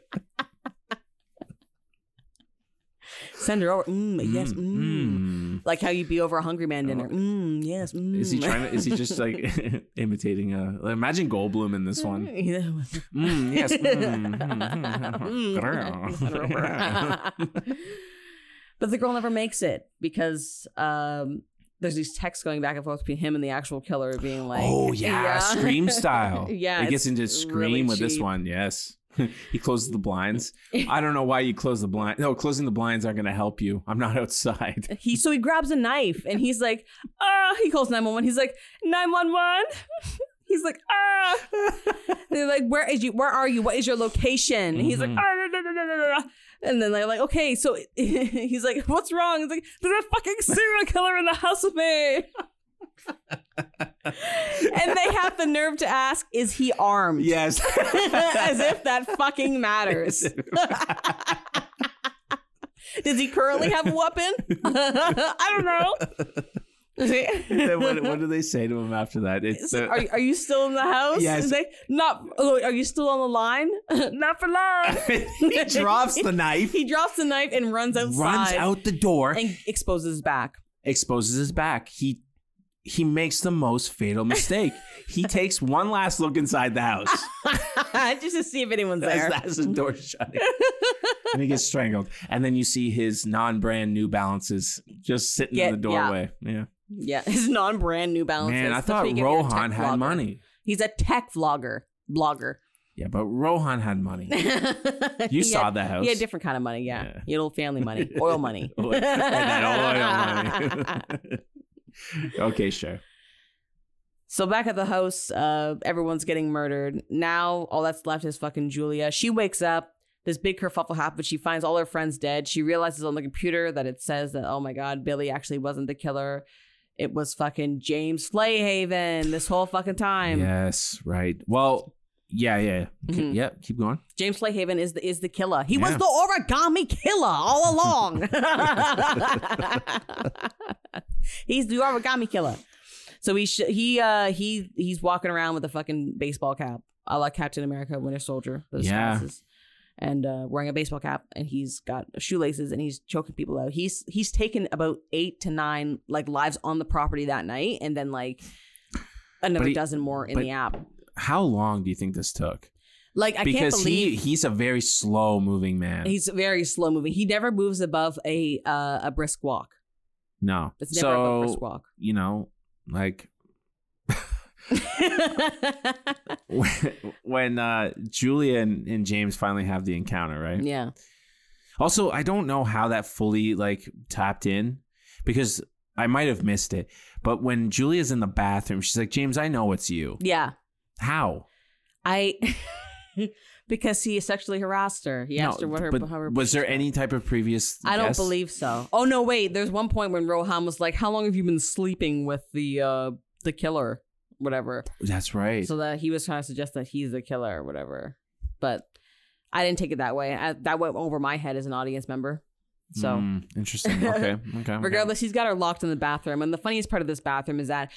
[SPEAKER 1] [laughs] Send her over. Mm, [laughs] yes. Mm.
[SPEAKER 2] Mm,
[SPEAKER 1] Like how you be over a hungry man dinner. Mm, yes. Mm.
[SPEAKER 2] mm. Is he
[SPEAKER 1] [laughs]
[SPEAKER 2] trying to? Is he just like [laughs] imitating a? Imagine Goldblum in this
[SPEAKER 1] [laughs]
[SPEAKER 2] one.
[SPEAKER 1] Yeah. [laughs]
[SPEAKER 2] Mm, yes. Mm, hmm,
[SPEAKER 1] [laughs]
[SPEAKER 2] mm.
[SPEAKER 1] Mm. but the girl never makes it because um, there's these texts going back and forth between him and the actual killer being like,
[SPEAKER 2] oh yeah, scream style.
[SPEAKER 1] [laughs] Yeah,
[SPEAKER 2] it gets
[SPEAKER 1] it's
[SPEAKER 2] into scream
[SPEAKER 1] really
[SPEAKER 2] with this
[SPEAKER 1] cheap.
[SPEAKER 2] one. Yes, [laughs] he closes
[SPEAKER 1] [laughs]
[SPEAKER 2] the blinds. I don't know why you close the blind. No, closing the blinds aren't going to help you. I'm not outside.
[SPEAKER 1] [laughs] He so he grabs a knife and he's like, ah. He calls nine one one. He's like nine one one. [laughs] He's like, ah. They're like, where is you? Where are you? What is your location? And He's like,
[SPEAKER 2] Mhm.
[SPEAKER 1] ah. da, da, da, da, da, da." And then they're like, okay. So [laughs] he's like, what's wrong? He's like, there's a fucking serial killer in the house with me. [laughs] and they have the nerve to ask, is he armed?
[SPEAKER 2] Yes. [laughs]
[SPEAKER 1] [laughs] As if that fucking matters. Does he currently have a weapon? [laughs] I don't know.
[SPEAKER 2] [laughs] Then what, what do they say to him after that? It's
[SPEAKER 1] So,
[SPEAKER 2] uh,
[SPEAKER 1] are, are you still in the house?
[SPEAKER 2] Yes.
[SPEAKER 1] Is they- not. oh, Are you still on the line? [laughs] not for
[SPEAKER 2] [laughs]
[SPEAKER 1] long.
[SPEAKER 2] he drops the knife,
[SPEAKER 1] [laughs] He drops the knife and runs outside.
[SPEAKER 2] runs out the door,
[SPEAKER 1] and exposes his back. [laughs]
[SPEAKER 2] exposes his back. He he makes the most fatal mistake.
[SPEAKER 1] [laughs]
[SPEAKER 2] he takes one last look inside the house.
[SPEAKER 1] Just to see if anyone's
[SPEAKER 2] That's,
[SPEAKER 1] there.
[SPEAKER 2] that's the
[SPEAKER 1] [laughs]
[SPEAKER 2] door shutting. and he gets strangled. And then you see his non brand New Balances just sitting
[SPEAKER 1] Yeah,
[SPEAKER 2] in the doorway. Yeah.
[SPEAKER 1] Yeah, his non-brand New Balances.
[SPEAKER 2] Man, I
[SPEAKER 1] That's
[SPEAKER 2] thought
[SPEAKER 1] what you get when you're a tech
[SPEAKER 2] Rohan had
[SPEAKER 1] vlogger.
[SPEAKER 2] money.
[SPEAKER 1] He's a tech vlogger, blogger. [laughs]
[SPEAKER 2] Yeah, but Rohan had money. You saw the house.
[SPEAKER 1] Yeah,
[SPEAKER 2] [laughs]
[SPEAKER 1] different kind of money. Yeah,
[SPEAKER 2] Yeah.
[SPEAKER 1] he had old family
[SPEAKER 2] [laughs]
[SPEAKER 1] money, oil money.
[SPEAKER 2] and that oil money. okay, sure.
[SPEAKER 1] [laughs] So back at the house, uh, everyone's getting murdered. Now all that's left is fucking Julia. She wakes up. This big kerfuffle happens. She finds all her friends dead. She realizes on the computer that it says that, oh my God, Billy actually wasn't the killer. It was fucking James Flayhaven this whole fucking time.
[SPEAKER 2] yes, right. Well, yeah, yeah. K-
[SPEAKER 1] Mhm.
[SPEAKER 2] Yeah, keep going.
[SPEAKER 1] James Flayhaven is the is the killer. He was
[SPEAKER 2] Yeah.
[SPEAKER 1] the origami killer
[SPEAKER 2] [laughs]
[SPEAKER 1] all along. [laughs] he's the origami killer. So he sh- he uh he he's walking around with a fucking baseball cap, a la Captain America, Winter Soldier, those
[SPEAKER 2] Yeah.
[SPEAKER 1] glasses, and uh, wearing a baseball cap. And he's got shoelaces, and he's choking people out. He's he's taken about eight to nine like lives on the property that night, and then like another
[SPEAKER 2] he-
[SPEAKER 1] dozen more in
[SPEAKER 2] but-
[SPEAKER 1] the app.
[SPEAKER 2] How long do you think this took?
[SPEAKER 1] Like I
[SPEAKER 2] because
[SPEAKER 1] can't believe
[SPEAKER 2] he he's a very slow moving man.
[SPEAKER 1] He's very slow moving. He never moves above a uh, a brisk walk.
[SPEAKER 2] no.
[SPEAKER 1] It's never above
[SPEAKER 2] So,
[SPEAKER 1] brisk walk.
[SPEAKER 2] you know, like [laughs] when- when uh, Julia and, and James finally have the encounter,
[SPEAKER 1] [laughs]
[SPEAKER 2] right?
[SPEAKER 1] yeah.
[SPEAKER 2] Also, I don't know how that fully like tapped in because I might have missed it. But when Julia's in the bathroom, she's like, "James, I know it's you."
[SPEAKER 1] Yeah.
[SPEAKER 2] How?
[SPEAKER 1] I [laughs] because he sexually harassed her. He asked her what her,
[SPEAKER 2] but
[SPEAKER 1] how her
[SPEAKER 2] was there any type of previous?
[SPEAKER 1] I don't
[SPEAKER 2] guess?
[SPEAKER 1] believe so. Oh no, wait. There's one point when Rohan was like, "How long have you been sleeping with the uh the killer, whatever?"
[SPEAKER 2] That's right.
[SPEAKER 1] So that he was trying to suggest that he's the killer or whatever. But I didn't take it that way. I, that went over my head as an audience member. So
[SPEAKER 2] Mm, interesting.
[SPEAKER 1] [laughs]
[SPEAKER 2] Okay. Okay. okay.
[SPEAKER 1] regardless, he's got her locked in the bathroom. And the funniest part of this bathroom is that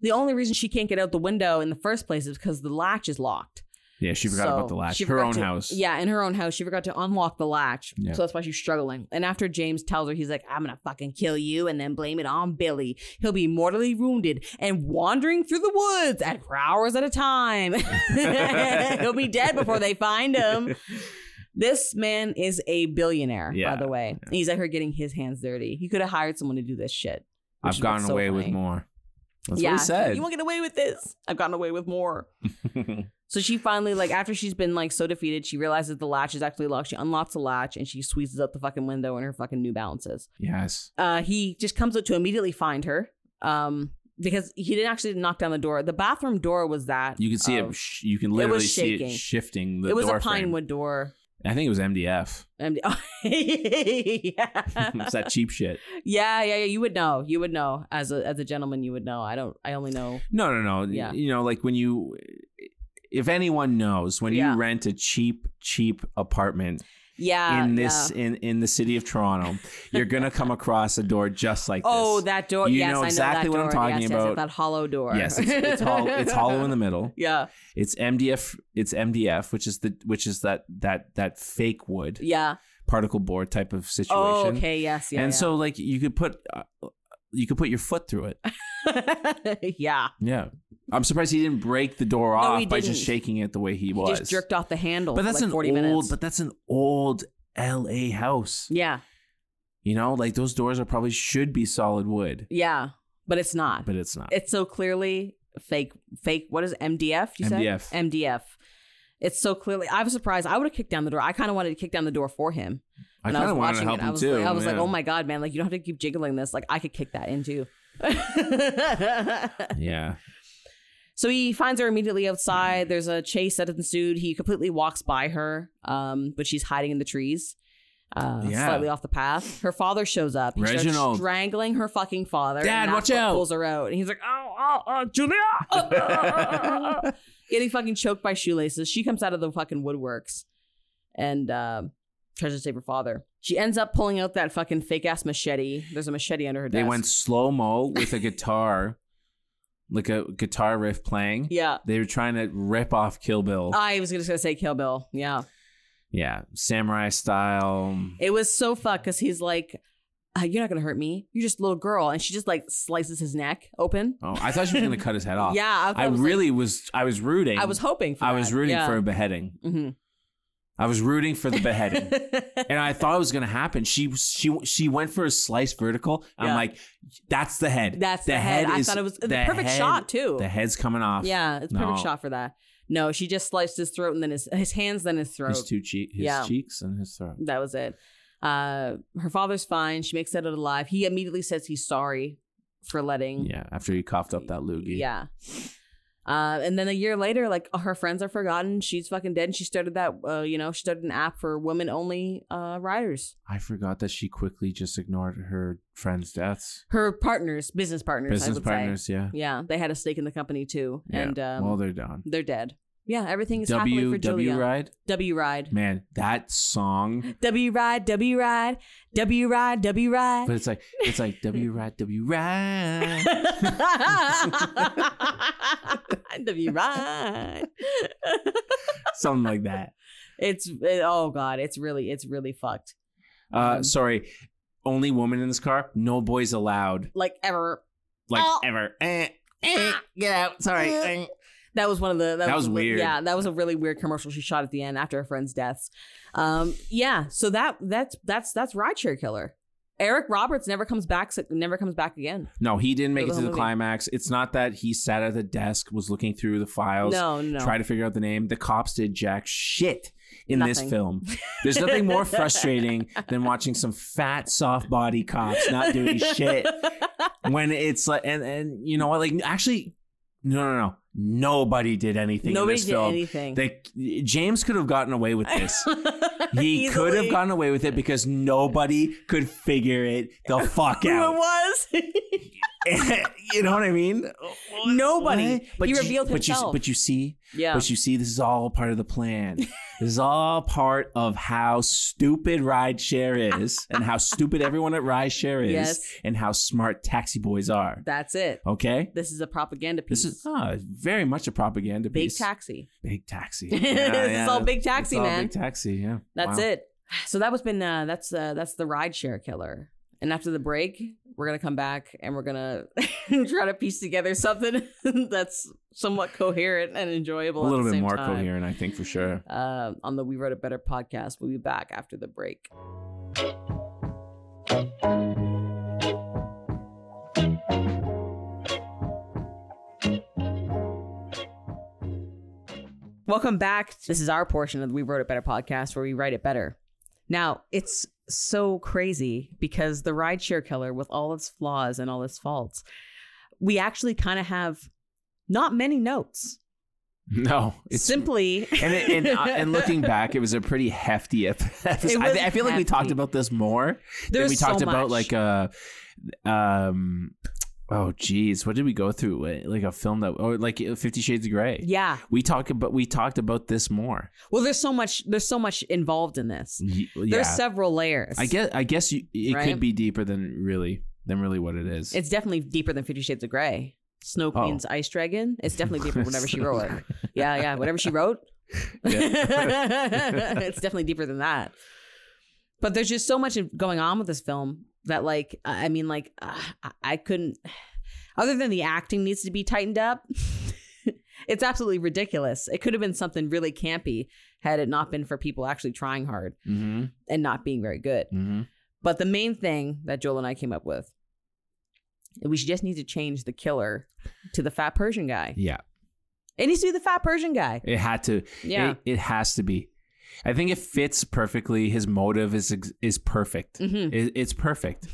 [SPEAKER 1] the only reason she can't get out the window in the first place is because the latch is locked.
[SPEAKER 2] Yeah, she forgot about
[SPEAKER 1] So
[SPEAKER 2] the latch.
[SPEAKER 1] she
[SPEAKER 2] Her
[SPEAKER 1] forgot
[SPEAKER 2] own
[SPEAKER 1] to-
[SPEAKER 2] house.
[SPEAKER 1] Yeah, in her own house, she forgot to unlock the latch.
[SPEAKER 2] Yeah.
[SPEAKER 1] So that's why she's struggling. And after James tells her, he's like, I'm going to fucking kill you and then blame it on Billy. He'll be mortally wounded and wandering through the woods at for hours at a time. [laughs] He'll be dead before they find him. This man is a billionaire,
[SPEAKER 2] Yeah.
[SPEAKER 1] by the way. And he's at her getting his hands dirty. He could have hired someone to do this shit. which
[SPEAKER 2] I've
[SPEAKER 1] is
[SPEAKER 2] gotten
[SPEAKER 1] what's so
[SPEAKER 2] away with
[SPEAKER 1] funny.
[SPEAKER 2] more. That's
[SPEAKER 1] yeah,
[SPEAKER 2] what he said.
[SPEAKER 1] You won't get away with this. I've gotten away with more.
[SPEAKER 2] [laughs]
[SPEAKER 1] So she finally, like, after she's been like so defeated, she realizes the latch is actually locked. She unlocks the latch and she squeezes up the fucking window in her fucking New Balances.
[SPEAKER 2] yes.
[SPEAKER 1] Uh, he just comes up to immediately find her. Um, because he didn't actually knock down the door. The bathroom door was that
[SPEAKER 2] You can see it.
[SPEAKER 1] of-
[SPEAKER 2] Sh- you can
[SPEAKER 1] Oh. was
[SPEAKER 2] literally see
[SPEAKER 1] shaking.
[SPEAKER 2] it shifting the
[SPEAKER 1] it was
[SPEAKER 2] door
[SPEAKER 1] a pine
[SPEAKER 2] frame.
[SPEAKER 1] wood door.
[SPEAKER 2] I think it
[SPEAKER 1] [laughs]
[SPEAKER 2] was MDF.
[SPEAKER 1] And- yeah.
[SPEAKER 2] [laughs] it's that cheap shit.
[SPEAKER 1] yeah, yeah, yeah. You would know. You would know as a as a gentleman. You would know. I don't. I only know.
[SPEAKER 2] No, no, no.
[SPEAKER 1] Yeah.
[SPEAKER 2] You know, like when you, if anyone knows, when
[SPEAKER 1] Yeah.
[SPEAKER 2] you rent a cheap, cheap apartment
[SPEAKER 1] Yeah.
[SPEAKER 2] in
[SPEAKER 1] Uh, yeah.
[SPEAKER 2] this in in the city of Toronto, you're gonna come across a door just like
[SPEAKER 1] [laughs] Oh,
[SPEAKER 2] this.
[SPEAKER 1] that door.
[SPEAKER 2] You
[SPEAKER 1] yes,
[SPEAKER 2] know
[SPEAKER 1] I know
[SPEAKER 2] exactly
[SPEAKER 1] that
[SPEAKER 2] what I'm
[SPEAKER 1] door.
[SPEAKER 2] talking
[SPEAKER 1] yes, Yes,
[SPEAKER 2] about.
[SPEAKER 1] that hollow door.
[SPEAKER 2] Yes, it's,
[SPEAKER 1] [laughs]
[SPEAKER 2] it's, hollow, it's hollow in the middle.
[SPEAKER 1] yeah,
[SPEAKER 2] It's MDF. It's MDF, which is the which is that that that fake wood
[SPEAKER 1] yeah.
[SPEAKER 2] particle board type of situation.
[SPEAKER 1] Oh, okay. Yes, yeah.
[SPEAKER 2] and
[SPEAKER 1] yeah.
[SPEAKER 2] so like you could put uh, you could put your foot through
[SPEAKER 1] [laughs]
[SPEAKER 2] it.
[SPEAKER 1] yeah, [laughs]
[SPEAKER 2] Yeah, I'm surprised he didn't break the door
[SPEAKER 1] No,
[SPEAKER 2] off
[SPEAKER 1] he
[SPEAKER 2] by
[SPEAKER 1] didn't.
[SPEAKER 2] just shaking it the way he
[SPEAKER 1] he
[SPEAKER 2] was.
[SPEAKER 1] just jerked off the handle.
[SPEAKER 2] but
[SPEAKER 1] for
[SPEAKER 2] that's
[SPEAKER 1] like
[SPEAKER 2] an
[SPEAKER 1] 40
[SPEAKER 2] old.
[SPEAKER 1] minutes.
[SPEAKER 2] But that's an old L.A. house.
[SPEAKER 1] yeah,
[SPEAKER 2] You know, like those doors are probably should be solid wood,
[SPEAKER 1] yeah. But it's not.
[SPEAKER 2] but it's not.
[SPEAKER 1] it's so clearly fake. Fake. What is it? MDF? You
[SPEAKER 2] MDF.
[SPEAKER 1] said MDF. It's so clearly. I was surprised. I would have kicked down the door. I kind of wanted to kick down the door for him.
[SPEAKER 2] I
[SPEAKER 1] When
[SPEAKER 2] kind
[SPEAKER 1] was
[SPEAKER 2] of wanted to
[SPEAKER 1] watching
[SPEAKER 2] help
[SPEAKER 1] it, I
[SPEAKER 2] him
[SPEAKER 1] was
[SPEAKER 2] too.
[SPEAKER 1] Like, I was like,
[SPEAKER 2] yeah.
[SPEAKER 1] oh my god, man! Like you don't have to keep jiggling this. Like I could kick that in too. [laughs]
[SPEAKER 2] Yeah,
[SPEAKER 1] So he finds her immediately outside. There's a chase that ensued. He completely walks by her, um, but she's hiding in the trees, uh,
[SPEAKER 2] Yeah.
[SPEAKER 1] slightly off the path. Her father shows up. He starts
[SPEAKER 2] Reginald.
[SPEAKER 1] strangling her fucking father. and
[SPEAKER 2] Dad,
[SPEAKER 1] that's
[SPEAKER 2] watch
[SPEAKER 1] what
[SPEAKER 2] out.
[SPEAKER 1] Pulls her out, and he's like, "Oh, oh, oh Julia!" Oh, oh, oh, oh, oh." Getting fucking choked by shoelaces. She comes out of the fucking woodworks, and uh, tries to save her father. She ends up pulling out that fucking fake ass machete. There's a machete under her
[SPEAKER 2] [laughs] they
[SPEAKER 1] desk.
[SPEAKER 2] went slow mo with a guitar, like a guitar riff playing.
[SPEAKER 1] yeah.
[SPEAKER 2] They were trying to rip off Kill Bill.
[SPEAKER 1] I was just gonna say Kill Bill. Yeah.
[SPEAKER 2] yeah, samurai style.
[SPEAKER 1] It was so fucked because he's like, uh, "You're not gonna hurt me. You're just a little girl," and she just like slices his neck open.
[SPEAKER 2] Oh, I thought she was gonna cut his head off.
[SPEAKER 1] Yeah, I, thought
[SPEAKER 2] Oh, I
[SPEAKER 1] it was, like-
[SPEAKER 2] really was. I was rooting.
[SPEAKER 1] I was hoping. for
[SPEAKER 2] I was
[SPEAKER 1] that.
[SPEAKER 2] rooting
[SPEAKER 1] Yeah. Mm-hmm.
[SPEAKER 2] for a beheading.
[SPEAKER 1] Mhm.
[SPEAKER 2] I was
[SPEAKER 1] [laughs]
[SPEAKER 2] rooting for the [laughs] beheading, and I thought it was gonna happen. She she she went for a slice vertical.
[SPEAKER 1] Yeah.
[SPEAKER 2] I'm like, that's the
[SPEAKER 1] [laughs]
[SPEAKER 2] head.
[SPEAKER 1] That's the, head. I
[SPEAKER 2] is-
[SPEAKER 1] thought it was the, perfect
[SPEAKER 2] head-
[SPEAKER 1] shot too.
[SPEAKER 2] The head's coming off.
[SPEAKER 1] yeah, it's a perfect
[SPEAKER 2] No.
[SPEAKER 1] shot for that. No, she just sliced his throat and then his his hands, then his throat.
[SPEAKER 2] his two cheek, his
[SPEAKER 1] Yeah.
[SPEAKER 2] cheeks, and his throat.
[SPEAKER 1] that was it. Uh, her father's fine. She makes it out alive. He immediately says he's sorry for letting
[SPEAKER 2] Yeah, after he coughed up that
[SPEAKER 1] Mm-hmm.
[SPEAKER 2] loogie.
[SPEAKER 1] Yeah. Uh, and then a year later, like oh, her friends are forgotten. She's fucking dead. And she started that, uh, you know, she started an app for women only uh, riders.
[SPEAKER 2] I forgot that she quickly just ignored her friend's deaths.
[SPEAKER 1] Her partners, business partners, I
[SPEAKER 2] Business
[SPEAKER 1] would
[SPEAKER 2] partners, yeah.
[SPEAKER 1] say. Yeah, they had a stake in the company too,
[SPEAKER 2] Yeah.
[SPEAKER 1] and um,
[SPEAKER 2] well, they're done.
[SPEAKER 1] they're dead. Yeah, everything is happily
[SPEAKER 2] W
[SPEAKER 1] for Julia.
[SPEAKER 2] W ride,
[SPEAKER 1] W ride,
[SPEAKER 2] man. That song,
[SPEAKER 1] W ride, W ride, W ride, W ride.
[SPEAKER 2] but it's like it's like W ride, W ride.
[SPEAKER 1] [laughs] W ride. [laughs]
[SPEAKER 2] something like that.
[SPEAKER 1] It's it, oh god, it's really it's really fucked.
[SPEAKER 2] Uh,
[SPEAKER 1] Um,
[SPEAKER 2] sorry, only woman in this car. No boys allowed.
[SPEAKER 1] like ever.
[SPEAKER 2] Like
[SPEAKER 1] Oh. Uh.
[SPEAKER 2] ever. Eh, eh, get out. Sorry. Eh.
[SPEAKER 1] [laughs] That was one of the that,
[SPEAKER 2] That
[SPEAKER 1] was,
[SPEAKER 2] was
[SPEAKER 1] a li-
[SPEAKER 2] weird.
[SPEAKER 1] Yeah, that was a really weird commercial she shot at the end after her friend's deaths. Um, yeah, so that that's that's that's rideshare killer. Eric Roberts never comes back. Never comes back again.
[SPEAKER 2] No, he didn't make
[SPEAKER 1] The
[SPEAKER 2] it to
[SPEAKER 1] whole
[SPEAKER 2] the
[SPEAKER 1] movie.
[SPEAKER 2] climax. It's not that he sat at the desk, was looking through the files,
[SPEAKER 1] No, no.
[SPEAKER 2] tried to figure out the name. The cops did jack shit in this
[SPEAKER 1] Nothing.
[SPEAKER 2] film. There's nothing
[SPEAKER 1] [laughs]
[SPEAKER 2] more frustrating than watching some fat, soft body cops
[SPEAKER 1] [laughs]
[SPEAKER 2] not doing shit when it's like, and, and you know what? Like, actually, no, no, no. Nobody did anything in
[SPEAKER 1] Nobody
[SPEAKER 2] this
[SPEAKER 1] did
[SPEAKER 2] film.
[SPEAKER 1] anything. [laughs]
[SPEAKER 2] They, James could have gotten away with this. He could have gotten away with it because nobody could figure it
[SPEAKER 1] [laughs]
[SPEAKER 2] the fuck
[SPEAKER 1] Who it
[SPEAKER 2] out.
[SPEAKER 1] was?
[SPEAKER 2] [laughs]
[SPEAKER 1] [laughs]
[SPEAKER 2] you know what I mean?
[SPEAKER 1] Nobody.
[SPEAKER 2] What? But
[SPEAKER 1] He
[SPEAKER 2] you-
[SPEAKER 1] revealed
[SPEAKER 2] but you-
[SPEAKER 1] himself.
[SPEAKER 2] but you see,
[SPEAKER 1] yeah. [laughs]
[SPEAKER 2] but you see, this is all part of the plan. This is all part of how stupid rideshare is and how stupid everyone at rideshare is
[SPEAKER 1] Yes.
[SPEAKER 2] and how smart taxi boys are.
[SPEAKER 1] That's it.
[SPEAKER 2] Okay?
[SPEAKER 1] This is a propaganda piece.
[SPEAKER 2] This is ah, very much a propaganda
[SPEAKER 1] big
[SPEAKER 2] piece.
[SPEAKER 1] taxi. [laughs]
[SPEAKER 2] Big taxi.
[SPEAKER 1] This is all big taxi,
[SPEAKER 2] it's all
[SPEAKER 1] man.
[SPEAKER 2] Big taxi, yeah.
[SPEAKER 1] That's
[SPEAKER 2] Wow.
[SPEAKER 1] it. So that was been uh, that's uh, that's the rideshare killer. And after the break, we're gonna come back and we're gonna [laughs] try to piece together something [laughs] that's somewhat coherent and enjoyable.
[SPEAKER 2] A
[SPEAKER 1] at
[SPEAKER 2] little
[SPEAKER 1] the
[SPEAKER 2] bit
[SPEAKER 1] same
[SPEAKER 2] more
[SPEAKER 1] time.
[SPEAKER 2] coherent, I think, for sure. [laughs]
[SPEAKER 1] Uh, on the We Wrote a Better podcast. We'll be back after the break. Welcome back. This is our portion of the We Wrote It Better podcast where we write it better. Now, it's so crazy because the rideshare killer, with all its flaws and all its faults, we actually kind of have not many notes.
[SPEAKER 2] No, it's [laughs]
[SPEAKER 1] Simply.
[SPEAKER 2] and it, and, uh,
[SPEAKER 1] [laughs]
[SPEAKER 2] and looking back, it was a pretty hefty ep- [laughs] episode. I,
[SPEAKER 1] was
[SPEAKER 2] I feel like we talked
[SPEAKER 1] hefty.
[SPEAKER 2] about this more than
[SPEAKER 1] There's
[SPEAKER 2] we talked
[SPEAKER 1] so
[SPEAKER 2] about
[SPEAKER 1] much.
[SPEAKER 2] like uh um oh geez, what did we go through? Wait, Like a film that or like Fifty Shades of Grey.
[SPEAKER 1] Yeah.
[SPEAKER 2] We talk about we talked about this more.
[SPEAKER 1] Well, there's so much. There's so much involved in this.
[SPEAKER 2] Y-
[SPEAKER 1] There's
[SPEAKER 2] Yeah,
[SPEAKER 1] several layers.
[SPEAKER 2] I guess I guess you, it
[SPEAKER 1] Right?
[SPEAKER 2] could be deeper than really than really what it is.
[SPEAKER 1] it's definitely deeper than Fifty Shades of Grey. Snow
[SPEAKER 2] Oh.
[SPEAKER 1] Queen's Ice Dragon. It's definitely deeper. Whenever
[SPEAKER 2] [laughs]
[SPEAKER 1] she wrote it. Yeah, yeah. Whatever she wrote.
[SPEAKER 2] Yeah.
[SPEAKER 1] [laughs] it's definitely deeper than that. But there's just so much going on with this film that, like, I I mean, like, uh, I- I couldn't. Other than the acting needs to be tightened up, [laughs] it's absolutely ridiculous. It could have been something really campy had it not been for people actually trying hard
[SPEAKER 2] hmm
[SPEAKER 1] and not being very good.
[SPEAKER 2] hmm
[SPEAKER 1] But the main thing that Joel and I came up with, we should just need to change the killer to the fat Persian guy.
[SPEAKER 2] Yeah,
[SPEAKER 1] It needs to be the fat Persian guy.
[SPEAKER 2] it had to.
[SPEAKER 1] Yeah.
[SPEAKER 2] It, it has to be. I think it fits perfectly. His motive is ex- is perfect.
[SPEAKER 1] hmm
[SPEAKER 2] It, it's perfect.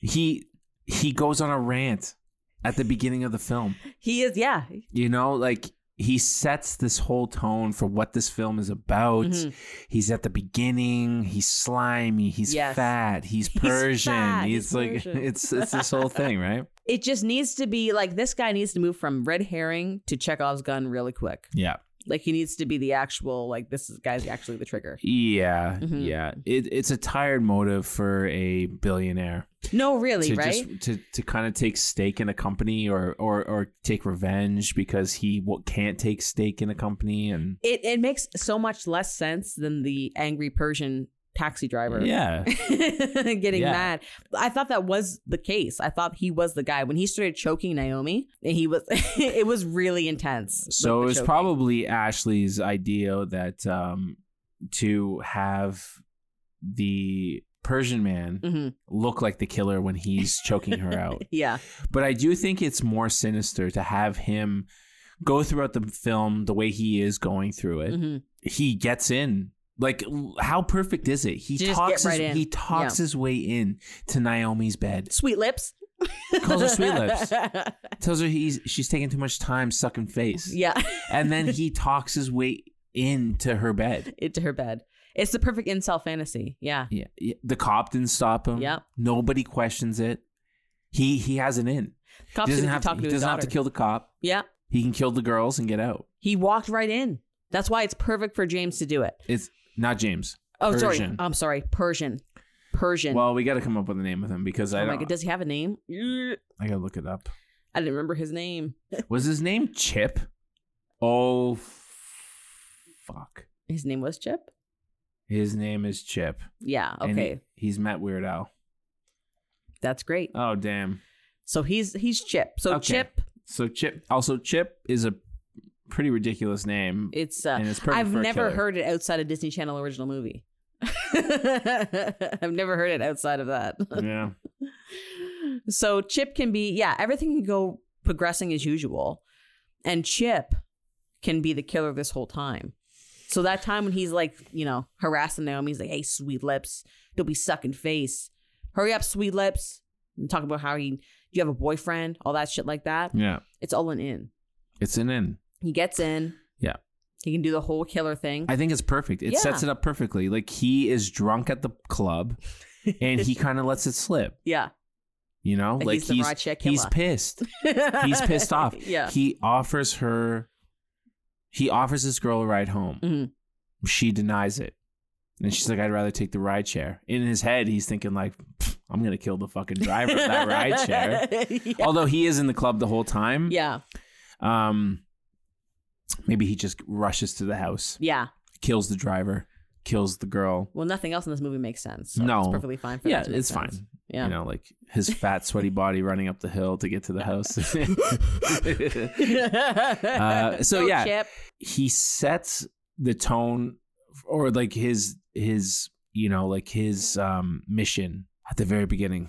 [SPEAKER 2] He he goes on a rant at the beginning of the film.
[SPEAKER 1] He is, yeah.
[SPEAKER 2] You know, like he sets this whole tone for what this film is about.
[SPEAKER 1] Mhm.
[SPEAKER 2] He's at the beginning. He's slimy. He's
[SPEAKER 1] Yes.
[SPEAKER 2] fat.
[SPEAKER 1] [laughs]
[SPEAKER 2] He's
[SPEAKER 1] He's
[SPEAKER 2] Persian.
[SPEAKER 1] fat,
[SPEAKER 2] He's,
[SPEAKER 1] he's
[SPEAKER 2] like
[SPEAKER 1] Persian.
[SPEAKER 2] it's it's this whole thing,
[SPEAKER 1] [laughs]
[SPEAKER 2] right?
[SPEAKER 1] It just needs to be like this guy needs to move from red herring to Chekhov's gun really quick.
[SPEAKER 2] Yeah.
[SPEAKER 1] Like he needs to be the actual, like, this is, guy's actually the trigger.
[SPEAKER 2] Yeah.
[SPEAKER 1] Mhm.
[SPEAKER 2] Yeah. It, it's a tired motive for a billionaire.
[SPEAKER 1] No, really,
[SPEAKER 2] to
[SPEAKER 1] right?
[SPEAKER 2] just to, to kind of take stake in a company or or or take revenge because he w- can't take stake in a company and
[SPEAKER 1] it, it makes so much less sense than the angry Persian taxi driver. [laughs]
[SPEAKER 2] yeah
[SPEAKER 1] getting
[SPEAKER 2] Yeah.
[SPEAKER 1] mad. I thought that was the case. I thought he was the guy when he started choking Naomi. and He was. [laughs] it was really intense. the-
[SPEAKER 2] so
[SPEAKER 1] the
[SPEAKER 2] it was
[SPEAKER 1] choking.
[SPEAKER 2] probably Ashley's idea that um to have the Persian man
[SPEAKER 1] Mhm.
[SPEAKER 2] look like the killer when he's choking
[SPEAKER 1] [laughs]
[SPEAKER 2] her out
[SPEAKER 1] Yeah,
[SPEAKER 2] but I do think it's more sinister to have him go throughout the film the way he is going through it
[SPEAKER 1] Mhm.
[SPEAKER 2] he gets in. Like l- how perfect is it? He
[SPEAKER 1] To just
[SPEAKER 2] talks
[SPEAKER 1] get right
[SPEAKER 2] his,
[SPEAKER 1] in.
[SPEAKER 2] he talks his way in to Naomi's bed.
[SPEAKER 1] sweet lips.
[SPEAKER 2] Calls her sweet lips. Tells her he's she's taking too much time sucking face.
[SPEAKER 1] [laughs] yeah,
[SPEAKER 2] And
[SPEAKER 1] [laughs]
[SPEAKER 2] then he talks his way into her bed.
[SPEAKER 1] into her bed. It's the perfect incel fantasy. Yeah,
[SPEAKER 2] Yeah. yeah. The cop didn't stop him.
[SPEAKER 1] Yep.
[SPEAKER 2] Nobody questions it. He he has an in.
[SPEAKER 1] cops
[SPEAKER 2] he doesn't
[SPEAKER 1] shouldn't be
[SPEAKER 2] have to,
[SPEAKER 1] talking
[SPEAKER 2] he
[SPEAKER 1] to his
[SPEAKER 2] doesn't have to
[SPEAKER 1] daughter.
[SPEAKER 2] kill the cop.
[SPEAKER 1] Yeah,
[SPEAKER 2] He can kill the girls and get out.
[SPEAKER 1] he walked right in. That's why it's perfect for James to do it.
[SPEAKER 2] It's not James.
[SPEAKER 1] Oh, sorry.
[SPEAKER 2] Persian.
[SPEAKER 1] I'm sorry. Persian. Persian.
[SPEAKER 2] Well, we got to come up with a name with him because I
[SPEAKER 1] oh my
[SPEAKER 2] don't.
[SPEAKER 1] god, does he have a name?
[SPEAKER 2] I got to look it up.
[SPEAKER 1] I didn't remember his name.
[SPEAKER 2] Was his name Chip? Oh, f- fuck.
[SPEAKER 1] His name was Chip.
[SPEAKER 2] His name is Chip.
[SPEAKER 1] Yeah.
[SPEAKER 2] And he-
[SPEAKER 1] Okay.
[SPEAKER 2] he's met Weird Al.
[SPEAKER 1] That's great.
[SPEAKER 2] Oh, damn.
[SPEAKER 1] So he's he's Chip. So
[SPEAKER 2] Okay.
[SPEAKER 1] Chip,
[SPEAKER 2] So Chip, also Chip is a pretty ridiculous name.
[SPEAKER 1] it's uh,
[SPEAKER 2] and it's perfect
[SPEAKER 1] I've
[SPEAKER 2] for a
[SPEAKER 1] never
[SPEAKER 2] killer.
[SPEAKER 1] heard it outside a Disney Channel original movie. [laughs] I've never heard it outside of that. [laughs]
[SPEAKER 2] Yeah.
[SPEAKER 1] so Chip can be yeah, everything can go progressing as usual, and Chip can be the killer this whole time. So that time when he's like, you know, harassing Naomi, he's like, "Hey, sweet lips, don't be sucking face. Hurry up, sweet lips." And talk about how he, do you have a boyfriend? All that shit like that.
[SPEAKER 2] Yeah.
[SPEAKER 1] It's all an in.
[SPEAKER 2] It's an in.
[SPEAKER 1] He gets in.
[SPEAKER 2] Yeah.
[SPEAKER 1] He can do the whole killer thing.
[SPEAKER 2] I think it's perfect. It
[SPEAKER 1] Yeah.
[SPEAKER 2] sets it up perfectly. Like he is drunk at the club and
[SPEAKER 1] [laughs]
[SPEAKER 2] he kind of lets it slip,
[SPEAKER 1] yeah.
[SPEAKER 2] you know?
[SPEAKER 1] Like,
[SPEAKER 2] Like
[SPEAKER 1] he's the
[SPEAKER 2] he's
[SPEAKER 1] Rod Sheck
[SPEAKER 2] he's
[SPEAKER 1] killer.
[SPEAKER 2] pissed.
[SPEAKER 1] [laughs]
[SPEAKER 2] He's pissed off.
[SPEAKER 1] yeah.
[SPEAKER 2] He offers her he offers this girl a ride home.
[SPEAKER 1] Mhm.
[SPEAKER 2] She denies it. And she's like, I'd rather take the ride share. In his head, he's thinking like, "Pfft, I'm gonna kill the fucking driver of that ride share.
[SPEAKER 1] [laughs]
[SPEAKER 2] Um,
[SPEAKER 1] yeah.
[SPEAKER 2] Although he is in the club the whole time.
[SPEAKER 1] yeah.
[SPEAKER 2] Um, maybe he just rushes to the house,
[SPEAKER 1] Yeah.
[SPEAKER 2] kills the driver, kills the girl.
[SPEAKER 1] Well, nothing else in this movie makes sense. so
[SPEAKER 2] No.
[SPEAKER 1] It's perfectly fine for
[SPEAKER 2] Yeah,
[SPEAKER 1] that to make
[SPEAKER 2] it's
[SPEAKER 1] sense.
[SPEAKER 2] fine.
[SPEAKER 1] Yeah. [laughs]
[SPEAKER 2] You know, like his fat, sweaty body running up the hill to get to
[SPEAKER 1] [laughs]
[SPEAKER 2] the house. [laughs] Uh, so,
[SPEAKER 1] Go,
[SPEAKER 2] yeah.
[SPEAKER 1] Chip.
[SPEAKER 2] he sets the tone or like his his you know like his um mission at the very beginning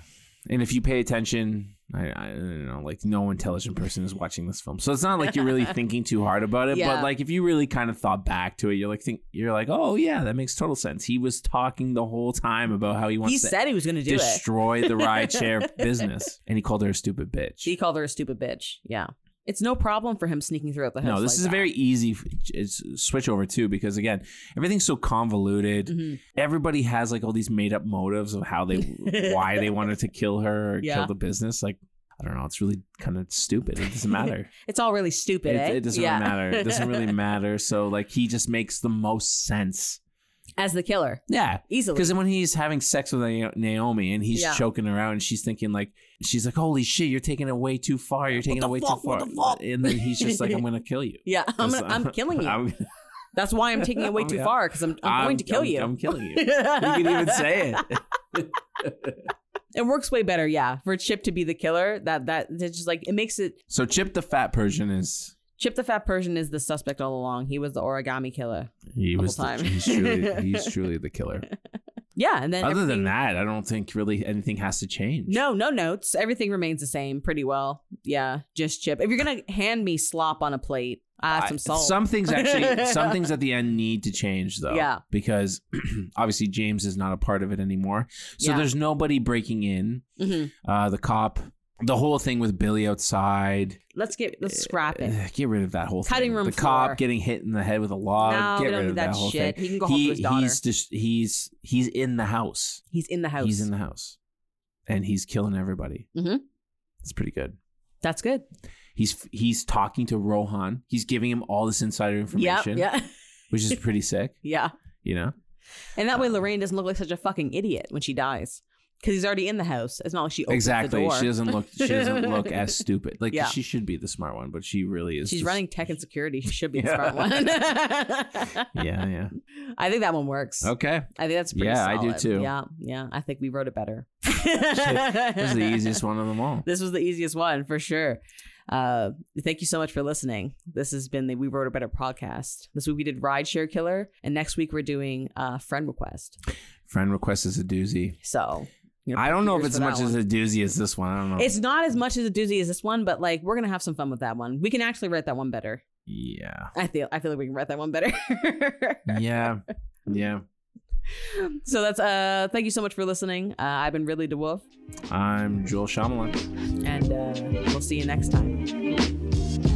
[SPEAKER 2] and if you pay attention I, I don't know like no intelligent person is watching this film so it's not like
[SPEAKER 1] [laughs]
[SPEAKER 2] you're really thinking too hard about it
[SPEAKER 1] Yeah.
[SPEAKER 2] but like if you really kind of thought back to it you're like think you're like oh yeah that makes total sense he was talking the whole time about how he wants
[SPEAKER 1] He
[SPEAKER 2] to
[SPEAKER 1] said he was going to do it.
[SPEAKER 2] destroy
[SPEAKER 1] [laughs]
[SPEAKER 2] the ride share business and he called her a stupid bitch
[SPEAKER 1] She called her a stupid bitch. Yeah. It's no problem for him sneaking throughout the house.
[SPEAKER 2] No, this
[SPEAKER 1] like
[SPEAKER 2] is a
[SPEAKER 1] that.
[SPEAKER 2] very easy f- it's switch over too because again, everything's so convoluted.
[SPEAKER 1] Mhm.
[SPEAKER 2] Everybody has like all these made up motives of
[SPEAKER 1] [laughs]
[SPEAKER 2] how they why they wanted to kill her or
[SPEAKER 1] Yeah.
[SPEAKER 2] kill the business. Like I don't know, it's really kind of stupid. It
[SPEAKER 1] [laughs]
[SPEAKER 2] doesn't matter.
[SPEAKER 1] It's all really
[SPEAKER 2] it,
[SPEAKER 1] stupid. eh?
[SPEAKER 2] it doesn't
[SPEAKER 1] Yeah.
[SPEAKER 2] really matter. It
[SPEAKER 1] [laughs]
[SPEAKER 2] doesn't really matter. So like he just makes the most sense.
[SPEAKER 1] As the killer,
[SPEAKER 2] Yeah.
[SPEAKER 1] easily.
[SPEAKER 2] Because when he's having sex with Na- Naomi and he's
[SPEAKER 1] Yeah.
[SPEAKER 2] choking her out and she's thinking like she's like, Holy shit, you're taking it way too far. You're taking
[SPEAKER 1] the
[SPEAKER 2] it way
[SPEAKER 1] fuck?
[SPEAKER 2] too far.
[SPEAKER 1] What the fuck?
[SPEAKER 2] And then he's
[SPEAKER 1] [laughs]
[SPEAKER 2] just like, I'm gonna kill you.
[SPEAKER 1] Yeah, I'm, gonna,
[SPEAKER 2] [laughs]
[SPEAKER 1] I'm killing you.
[SPEAKER 2] uh, I'm-
[SPEAKER 1] That's why I'm taking it
[SPEAKER 2] [laughs]
[SPEAKER 1] way
[SPEAKER 2] Oh,
[SPEAKER 1] too
[SPEAKER 2] yeah.
[SPEAKER 1] far because I'm, I'm, going to kill
[SPEAKER 2] I'm-
[SPEAKER 1] you. [laughs]
[SPEAKER 2] I'm killing you. You can even say it.
[SPEAKER 1] it works way better, yeah. For Chip to be the killer, that that it's just like it makes it
[SPEAKER 2] [laughs] So Chip the Fat Persian is
[SPEAKER 1] Chip the Fat Persian is the suspect all along. He was the origami killer.
[SPEAKER 2] he
[SPEAKER 1] whole
[SPEAKER 2] was the-
[SPEAKER 1] time.
[SPEAKER 2] he's [laughs] truly he's truly the killer.
[SPEAKER 1] Yeah, and then
[SPEAKER 2] Other
[SPEAKER 1] everything-
[SPEAKER 2] than that, I don't think really anything has to
[SPEAKER 1] [laughs]
[SPEAKER 2] change.
[SPEAKER 1] no, no notes. Everything remains the same pretty well. Yeah, just Chip. If you're gonna hand me slop on a plate, I have
[SPEAKER 2] I-
[SPEAKER 1] some salt.
[SPEAKER 2] Some things
[SPEAKER 1] [laughs]
[SPEAKER 2] actually, some things at the end need to change though.
[SPEAKER 1] Yeah.
[SPEAKER 2] Because [clears throat] obviously James is not a part of it anymore. So
[SPEAKER 1] Yeah.
[SPEAKER 2] there's nobody breaking in.
[SPEAKER 1] Mhm.
[SPEAKER 2] Uh, the cop, the whole thing with Billy outside.
[SPEAKER 1] Let's get let's scrap it.
[SPEAKER 2] Ugh, Get rid of that whole
[SPEAKER 1] Cutting
[SPEAKER 2] thing.
[SPEAKER 1] room
[SPEAKER 2] the
[SPEAKER 1] floor.
[SPEAKER 2] cop getting hit in the head with a log.
[SPEAKER 1] no,
[SPEAKER 2] Uh, get
[SPEAKER 1] we
[SPEAKER 2] rid
[SPEAKER 1] don't
[SPEAKER 2] of
[SPEAKER 1] need
[SPEAKER 2] that,
[SPEAKER 1] that
[SPEAKER 2] whole
[SPEAKER 1] shit.
[SPEAKER 2] thing.
[SPEAKER 1] He can go home to his daughter.
[SPEAKER 2] he's just he's he's in the house.
[SPEAKER 1] He's in the house.
[SPEAKER 2] He's in the house, and he's killing everybody.
[SPEAKER 1] Mhm.
[SPEAKER 2] It's pretty good.
[SPEAKER 1] That's good.
[SPEAKER 2] He's he's talking to Rohan. He's giving him all this insider
[SPEAKER 1] Yeah,
[SPEAKER 2] information,
[SPEAKER 1] yeah, [laughs]
[SPEAKER 2] which is pretty sick.
[SPEAKER 1] yeah.
[SPEAKER 2] You know,
[SPEAKER 1] And that way, Lorraine doesn't look like such a fucking idiot when she dies, because he's already in the house. It's not like she opens
[SPEAKER 2] exactly.
[SPEAKER 1] The door.
[SPEAKER 2] She doesn't look she doesn't
[SPEAKER 1] [laughs]
[SPEAKER 2] look as stupid. Like
[SPEAKER 1] Yeah.
[SPEAKER 2] she should be the smart one, but she really is.
[SPEAKER 1] She's
[SPEAKER 2] the-
[SPEAKER 1] running tech and security. She should be the
[SPEAKER 2] Yeah.
[SPEAKER 1] smart one. [laughs]
[SPEAKER 2] [laughs] [laughs] Yeah, yeah.
[SPEAKER 1] I think that one works.
[SPEAKER 2] Okay,
[SPEAKER 1] I think that's pretty
[SPEAKER 2] Yeah, I do
[SPEAKER 1] solid.
[SPEAKER 2] too.
[SPEAKER 1] Yeah, yeah. I think we wrote it better.
[SPEAKER 2] this is the
[SPEAKER 1] [laughs]
[SPEAKER 2] easiest one of them all.
[SPEAKER 1] This was the easiest one for sure. Uh, thank you so much for listening. This has been the We Wrote a Better podcast. This week we did Rideshare Killer, and next week we're doing uh, Friend Request.
[SPEAKER 2] Friend request is a doozy.
[SPEAKER 1] So you
[SPEAKER 2] I don't know if
[SPEAKER 1] fingers
[SPEAKER 2] it's
[SPEAKER 1] for that
[SPEAKER 2] much as
[SPEAKER 1] one.
[SPEAKER 2] a doozy as this one. I don't know.
[SPEAKER 1] It's not as much as a doozy as this one, but like we're gonna have some fun with that one. We can actually write that one better.
[SPEAKER 2] yeah,
[SPEAKER 1] I feel I feel like we can write that one better. [laughs]
[SPEAKER 2] yeah, yeah.
[SPEAKER 1] so that's uh thank you so much for listening. Uh, I've been Ridley DeWolf,
[SPEAKER 2] I'm Joel Shyamalan.
[SPEAKER 1] and uh, we'll see you next time.